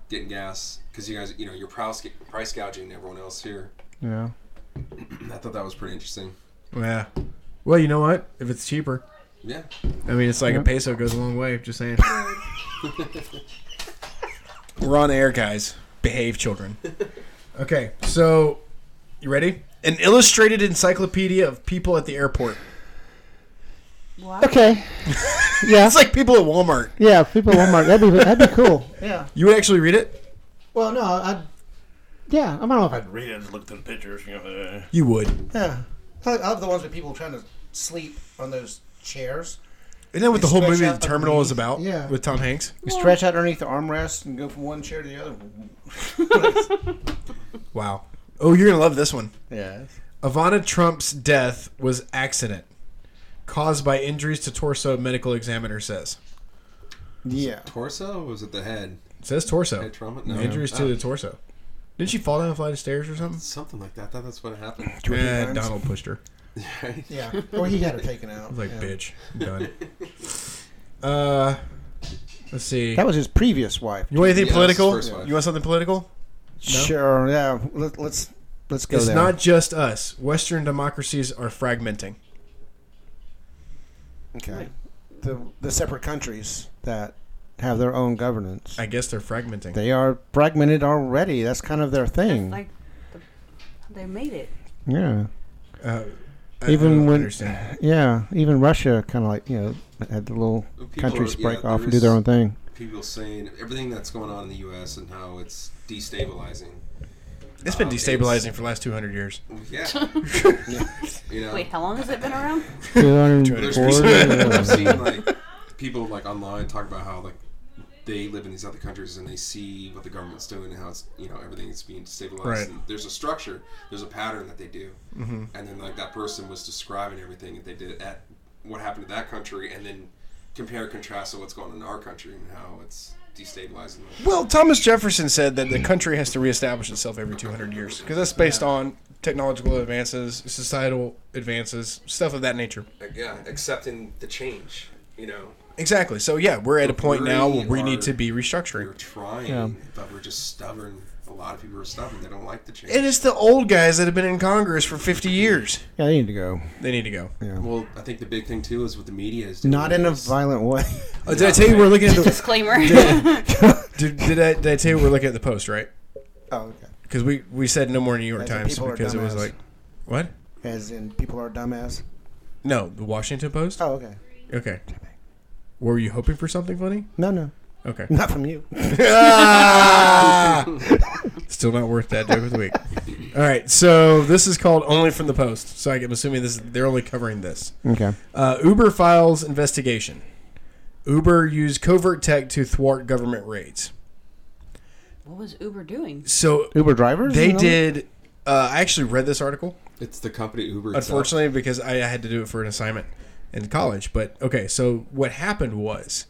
Speaker 7: getting gas because you guys, you know, you're price price gouging everyone else here."
Speaker 8: Yeah.
Speaker 7: I thought that was pretty interesting.
Speaker 1: Yeah. Well, you know what? If it's cheaper,
Speaker 7: Yeah,
Speaker 1: I mean, it's like a peso goes a long way. Just saying. We're on air, guys. Behave, children. Okay, so you ready? An illustrated encyclopedia of people at the airport.
Speaker 3: what?
Speaker 8: Okay. Yeah.
Speaker 1: It's like people at Walmart.
Speaker 8: Yeah, people at Walmart. That'd be that'd be cool.
Speaker 2: yeah.
Speaker 1: You would actually read it?
Speaker 2: Well, no, I'd
Speaker 8: Yeah, I don't know if I'd.
Speaker 2: read it and look at the pictures. You know, uh,
Speaker 1: You would.
Speaker 2: yeah, I love the ones with people trying to sleep on those chairs.
Speaker 1: Isn't that what the
Speaker 2: They
Speaker 1: whole
Speaker 2: stretch
Speaker 1: movie The
Speaker 2: out the
Speaker 1: Terminal is
Speaker 2: knees.
Speaker 1: about?
Speaker 2: Yeah.
Speaker 1: With Tom Hanks?
Speaker 2: You stretch out underneath the armrest and go from one chair to the other.
Speaker 1: Wow. Oh, you're going to love this one.
Speaker 2: yeah.
Speaker 1: Ivana Trump's death was accident caused by injuries to torso, medical examiner says.
Speaker 2: Yeah.
Speaker 7: torso or was it the head?
Speaker 1: It says torso.
Speaker 7: Head trauma? No.
Speaker 1: Injuries to
Speaker 2: Oh.
Speaker 7: Ah,
Speaker 1: the torso. Didn't she fall down a flight of stairs or something?
Speaker 7: something like that. I thought that's what happened.
Speaker 1: Yeah, Donald pushed her.
Speaker 7: Right?
Speaker 2: Yeah. Or he had her taken out.
Speaker 1: I was like,
Speaker 2: yeah.
Speaker 1: bitch, I'm done. uh, let's see.
Speaker 2: That was his previous wife.
Speaker 1: You want anything
Speaker 7: Yeah, that's
Speaker 1: political?
Speaker 7: his first one.
Speaker 1: You want something political?
Speaker 2: Sure. Yeah. Let, let's let's go
Speaker 1: It's
Speaker 2: there.
Speaker 1: not just us. Western democracies are fragmenting.
Speaker 2: okay. The the separate countries that have their own governance.
Speaker 1: I guess they're fragmenting.
Speaker 2: They are fragmented already. That's kind of their thing.
Speaker 3: Like the, they made it.
Speaker 8: Yeah.
Speaker 1: uh, I- I
Speaker 8: Even
Speaker 1: don't
Speaker 8: when-
Speaker 1: understand.
Speaker 8: Yeah. Even Russia kind of like you know had the little
Speaker 7: People
Speaker 8: countries
Speaker 7: are- yeah,
Speaker 8: break
Speaker 7: there
Speaker 8: off and do their
Speaker 7: is-
Speaker 8: own thing.
Speaker 7: People saying everything that's going on in the U.S. and how it's destabilizing.
Speaker 1: Oh, It's been
Speaker 7: Um,
Speaker 1: destabilizing for the last 200 years.
Speaker 7: Yeah. you know,
Speaker 3: Wait, how long has it been around?
Speaker 7: there's
Speaker 5: 240.
Speaker 7: people I've
Speaker 5: yeah.
Speaker 7: seen like people like online talk about how like they live in these other countries and they see what the government's doing and how it's you know everything's being destabilized.
Speaker 1: Right.
Speaker 7: And there's a structure, there's a pattern that they do, mm-hmm. and then like that person was describing everything that they did at what happened to that country, and then compare and contrast to what's going on in our country and how it's destabilizing. them.
Speaker 1: Well, Thomas Jefferson said that the country has to reestablish itself every 200 years because that's based on technological advances, societal advances, stuff of that nature.
Speaker 7: Like, yeah, accepting the change. You know,
Speaker 1: Exactly. So yeah, we're at a point now where we need to be
Speaker 7: we're
Speaker 1: restructuring.
Speaker 7: trying,
Speaker 5: Yeah.
Speaker 7: but we're just stubborn. A lot of people are stubborn. They don't like the change.
Speaker 1: And it's the old guys that have been in Congress for 50 years.
Speaker 2: Yeah, they need to go.
Speaker 1: They need to go.
Speaker 7: Well, I think the big thing too is what the media is doing.
Speaker 2: Not in a
Speaker 7: is-
Speaker 2: violent way.
Speaker 1: Oh, did I tell you we're looking at the
Speaker 3: Disclaimer.
Speaker 1: did, did, I, did I tell you we're looking at the post right?
Speaker 2: oh, okay.
Speaker 1: Because we we said no more New York
Speaker 2: As in
Speaker 1: Times
Speaker 2: people are
Speaker 1: because it was
Speaker 2: dumbass.
Speaker 1: like what?
Speaker 2: As in, people are dumbass.
Speaker 1: No, the Washington Post.
Speaker 2: Oh, okay.
Speaker 1: Okay. Were you hoping for something funny?
Speaker 2: No, no,
Speaker 1: Okay.
Speaker 2: not from you.
Speaker 1: Ah! Still not worth that joke of the week. All right, so this is called only from the post. So I'm assuming this they're only covering this.
Speaker 2: Okay.
Speaker 1: Uh, Uber files investigation. Uber used covert tech to thwart government raids.
Speaker 3: what was Uber doing?
Speaker 1: So
Speaker 2: Uber drivers.
Speaker 1: they
Speaker 2: you know?
Speaker 1: did. Uh, I actually read this article,
Speaker 7: It's the company Uber. itself.
Speaker 1: unfortunately, because I had to do it for an assignment in college. But okay, so what happened was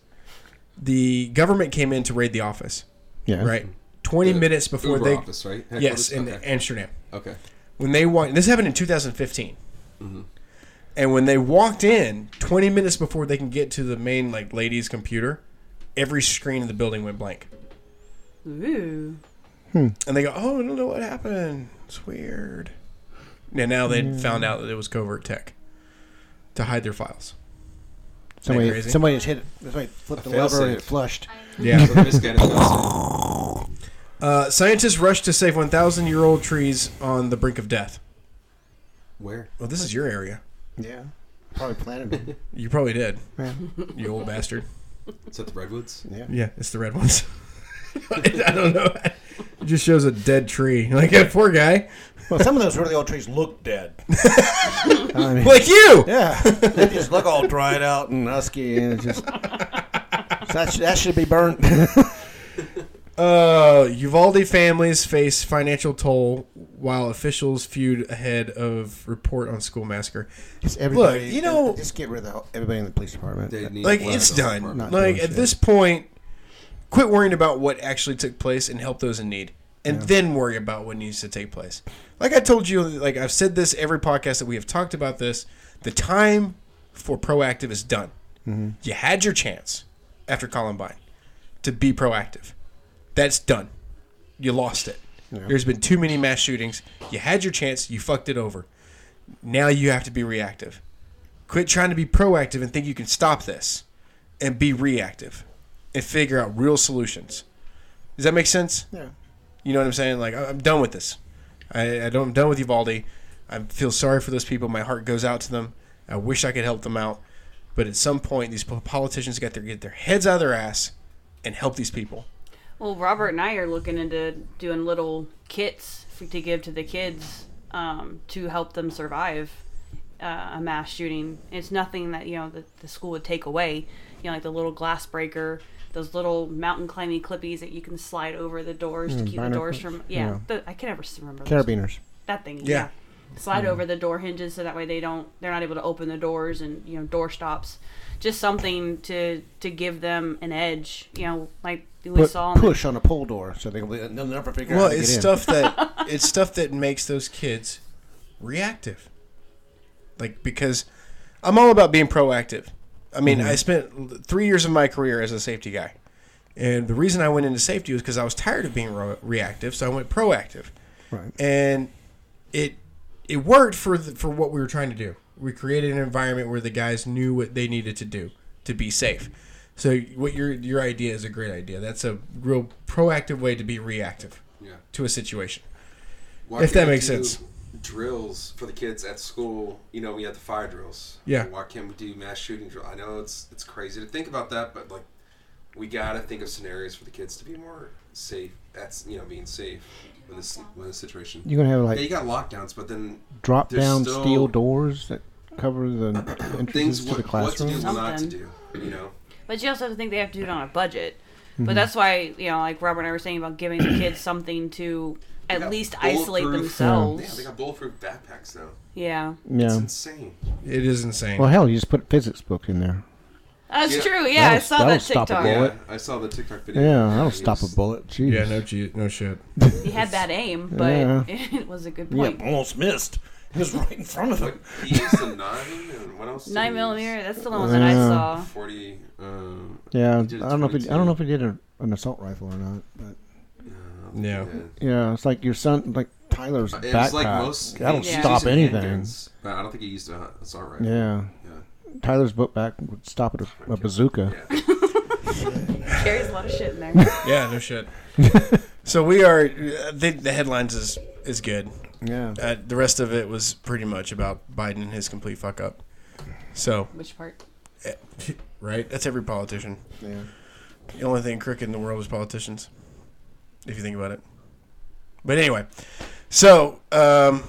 Speaker 1: the government came in to raid the office,
Speaker 2: Yeah.
Speaker 1: right? 20
Speaker 7: The
Speaker 1: minutes before
Speaker 7: Uber
Speaker 1: they.
Speaker 7: office, right?
Speaker 1: Yes,
Speaker 7: Headquarters?
Speaker 1: in
Speaker 7: okay.
Speaker 1: Amsterdam.
Speaker 7: okay.
Speaker 1: when they walked this happened in 2015
Speaker 7: Mm-hmm.
Speaker 1: and when they walked in 20 minutes before they can get to the main like ladies computer every screen in the building went blank
Speaker 3: Ooh.
Speaker 1: and they go oh i don't know what happened it's weird and now they found out that it was covert tech to hide their files
Speaker 2: Somebody,
Speaker 1: crazy?
Speaker 2: somebody just hit it. Somebody flipped
Speaker 7: A
Speaker 2: the lever and
Speaker 7: failsafe.
Speaker 2: it flushed.
Speaker 1: yeah
Speaker 7: So this guy does-
Speaker 1: uh, scientists rushed to save 1000 year old trees on the brink of death
Speaker 7: Where?
Speaker 1: well this is your area
Speaker 2: Yeah. Probably planted it.
Speaker 1: you probably did
Speaker 2: Yeah.
Speaker 1: you old bastard
Speaker 7: It's at the redwoods.
Speaker 1: Yeah, it's the red ones. I don't know. It just shows a dead tree. Like a poor guy.
Speaker 2: Well, some of those really old trees look dead. I mean,
Speaker 1: Like you.
Speaker 2: yeah, they just look all dried out and husky, and it's just that, should, that should be burnt.
Speaker 1: Uh, Uvalde families face financial toll while officials feud ahead of report on school massacre.
Speaker 2: Just everybody,
Speaker 1: you know-
Speaker 2: just get rid of the, everybody in the police department.
Speaker 7: They need
Speaker 1: Like
Speaker 7: one
Speaker 1: it's
Speaker 7: of those
Speaker 1: done.
Speaker 7: apartments.
Speaker 2: Not
Speaker 1: Like
Speaker 2: doing
Speaker 1: at
Speaker 2: shit.
Speaker 1: this point, quit worrying about what actually took place and help those in need, and then worry about what needs to take place. Like I told you, like I've said this every podcast that we have talked about this. The time for proactive is done.
Speaker 2: Mm-hmm.
Speaker 1: You had your chance after Columbine to be proactive. That's done. You lost it. There's been too many mass shootings. You had your chance. You fucked it over. Now you have to be reactive. Quit trying to be proactive and think you can stop this and be reactive and figure out real solutions. Does that make sense?
Speaker 2: Yeah.
Speaker 1: You know what I'm saying? Like, I- I'm done with this. I, I don't, I'm done with Uvalde. I feel sorry for those people. My heart goes out to them. I wish I could help them out. But at some point, these po- politicians got to get their heads out of their ass and help these people.
Speaker 3: Well, Robert and I are looking into doing little kits f- to give to the kids um, to help them survive uh, a mass shooting. It's nothing that you know the, the school would take away. You know, like the little glass breaker, those little mountain climbing clippies that you can slide over the doors to keep the
Speaker 2: binder
Speaker 3: doors
Speaker 2: Hmm, clips.
Speaker 3: from. Yeah,
Speaker 2: Yeah.
Speaker 3: the- I can never s- remember. those-
Speaker 2: Carabiners.
Speaker 3: That thing.
Speaker 1: Yeah.
Speaker 3: Yeah.
Speaker 2: Hmm.
Speaker 3: Slide over the door hinges so that way they don't they're not able to open the doors and you know door stops. Just something to to give them an edge. You know, like we
Speaker 2: Put
Speaker 3: saw. in the-
Speaker 2: push on a pull door, so they can, they'll never figure
Speaker 1: Well,
Speaker 2: out. how to
Speaker 1: it's
Speaker 2: get in.
Speaker 1: stuff that it's stuff that makes those kids reactive. Like because I'm all about being proactive. I mean,
Speaker 2: Mm-hmm.
Speaker 1: I spent three years of my career as a safety guy, and the reason I went into safety was because I was tired of being ro- reactive, so I went proactive,
Speaker 2: Right.
Speaker 1: and it it worked for the, for what we were trying to do. We created an environment where the guys knew what they needed to do to be safe. So what your your idea is a great idea. That's a real proactive way to be reactive
Speaker 7: Yeah.
Speaker 1: to a situation.
Speaker 7: Why
Speaker 1: If that
Speaker 7: can't we
Speaker 1: makes
Speaker 7: do
Speaker 1: sense.
Speaker 7: Drills for the kids at school. You know, we had the fire drills.
Speaker 1: Yeah.
Speaker 7: Why can't we do mass shooting drill? I know it's it's crazy to think about that, but like, we gotta think of scenarios for the kids to be more safe. That's you know being safe. in this in this situation.
Speaker 8: You're gonna have
Speaker 7: Yeah, you
Speaker 8: like
Speaker 7: got lockdowns, but then
Speaker 8: drop down
Speaker 7: there's still-
Speaker 8: steel doors that cover the
Speaker 7: things
Speaker 8: entrances to
Speaker 7: what,
Speaker 8: the
Speaker 7: what to do,
Speaker 8: classroom.
Speaker 7: what not to
Speaker 3: Something.
Speaker 7: do. You know,
Speaker 3: But you also have to think they have to do it on a budget.
Speaker 8: Mm-hmm.
Speaker 3: But that's why, you know, like Robert and I were saying about giving the kids something to
Speaker 7: They
Speaker 3: at
Speaker 7: got
Speaker 3: least isolate
Speaker 7: bulletproof-
Speaker 3: themselves.
Speaker 7: yeah, they got bulletproof backpacks now.
Speaker 3: Yeah.
Speaker 7: It's
Speaker 8: Yeah.
Speaker 7: insane.
Speaker 1: It is insane.
Speaker 8: Well, hell, you just put a physics book in there.
Speaker 3: That's
Speaker 7: Yeah.
Speaker 3: true. Yeah, I
Speaker 8: That'll-
Speaker 3: saw
Speaker 8: that'll
Speaker 3: that
Speaker 8: stop a
Speaker 3: TikTok.
Speaker 8: bullet.
Speaker 7: Yeah, I saw the TikTok video.
Speaker 8: Yeah, that'll
Speaker 7: He
Speaker 8: stop a
Speaker 7: was-
Speaker 8: bullet. Jeez.
Speaker 1: yeah, no, gee, no shit.
Speaker 3: He had that aim, but
Speaker 8: Yeah.
Speaker 3: it was a good
Speaker 8: Yeah,
Speaker 3: point.
Speaker 2: Almost missed. It was right in front of him.
Speaker 7: What, he used a nine, and what else? did
Speaker 3: Nine
Speaker 7: he
Speaker 3: millimeter.
Speaker 7: use?
Speaker 3: That's the one that I
Speaker 8: Yeah.
Speaker 3: saw.
Speaker 7: Forty. Um,
Speaker 8: Yeah,
Speaker 7: He did a
Speaker 8: I don't know if he,
Speaker 7: 22.
Speaker 8: I don't know if he did a, an assault rifle or not, but
Speaker 1: Yeah.
Speaker 8: yeah, it's like your son, like Tyler's
Speaker 7: It
Speaker 8: backpack.
Speaker 7: was like most.
Speaker 8: That'll
Speaker 7: he was
Speaker 8: stop
Speaker 7: using
Speaker 8: anything.
Speaker 7: handguns, but I don't think he used a. That's all right.
Speaker 8: Yeah, Tyler's book back would stop at a, a bazooka.
Speaker 7: Yeah.
Speaker 3: Carries a lot of shit in there.
Speaker 1: Yeah, no shit. so we are. I think the headlines is is good.
Speaker 8: Yeah,
Speaker 1: Uh, the rest of it was pretty much about Biden and his complete fuck up. So
Speaker 3: Which part?
Speaker 1: eh, right, that's every politician.
Speaker 8: yeah.
Speaker 1: The only thing crooked in the world is politicians, if you think about it. But anyway, so um,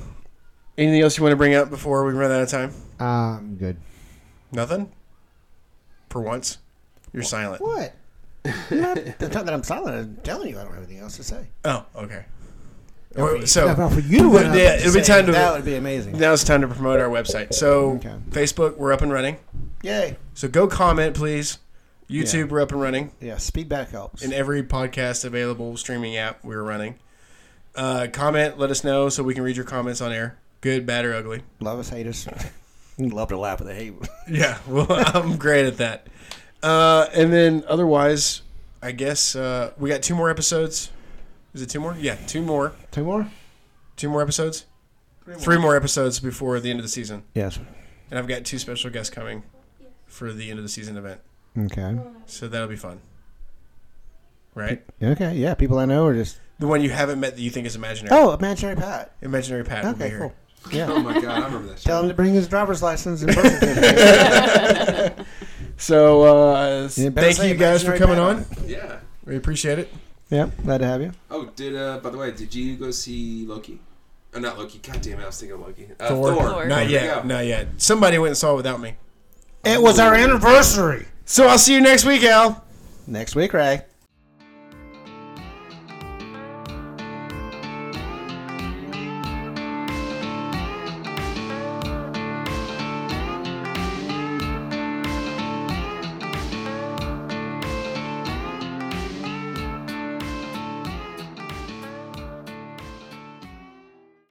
Speaker 1: anything else you want to bring up before we run out of time?
Speaker 8: Um, good.
Speaker 1: Nothing. For once, you're silent.
Speaker 2: What? Not, the time that I'm silent, I'm telling you, I don't have anything else to say.
Speaker 1: Oh, okay.
Speaker 7: Oh.
Speaker 1: So
Speaker 8: Now, for you to
Speaker 1: Well,
Speaker 8: run out
Speaker 1: yeah,
Speaker 8: and
Speaker 1: it'll be
Speaker 8: say,
Speaker 1: time to-
Speaker 2: That would be amazing.
Speaker 1: now it's time to promote our website. So
Speaker 8: Okay.
Speaker 1: Facebook, we're up and running.
Speaker 2: Yay.
Speaker 1: So go comment, please. YouTube, we're up and running.
Speaker 2: Yeah, speed back helps.
Speaker 1: In every podcast available streaming app, we're running. Uh, comment, let us know so we can read your comments on air. Good, bad, or ugly.
Speaker 2: Love us, hate us. Love to laugh at the hate.
Speaker 1: Yeah, well, I'm great at that. Uh, and then otherwise, I guess uh, we got two more episodes. Is it two more? Yeah, two more.
Speaker 8: Two more?
Speaker 1: Two more episodes? Three more episodes before the end of the season.
Speaker 8: Yes.
Speaker 1: And I've got two special guests coming for the end of the season event.
Speaker 8: Okay.
Speaker 1: So that'll be fun. Right?
Speaker 8: Okay. Yeah. People I know are just
Speaker 1: The one you haven't met that you think is imaginary.
Speaker 2: Oh, imaginary Pat.
Speaker 1: Imaginary Pat will be
Speaker 2: Okay,
Speaker 1: here.
Speaker 2: cool.
Speaker 7: Oh my god, I remember that. Shit.
Speaker 2: Tell him to bring his driver's license and birth certificate.
Speaker 1: So uh,
Speaker 8: You better
Speaker 1: thank
Speaker 2: say
Speaker 1: you guys for
Speaker 2: imaginary
Speaker 1: coming on.
Speaker 2: Pat.
Speaker 7: Yeah.
Speaker 1: We appreciate it.
Speaker 8: yeah. Glad to have you.
Speaker 7: Oh, did uh, by the way, did you go see Loki? Oh, not Loki. God damn it, I was thinking of Loki. Uh, Thor.
Speaker 3: Thor.
Speaker 1: Not
Speaker 7: There
Speaker 1: yet.
Speaker 7: we go.
Speaker 1: Not yet. Somebody went and saw it without me.
Speaker 2: it was our anniversary.
Speaker 1: So I'll see you next week, Al.
Speaker 2: Next week, Ray.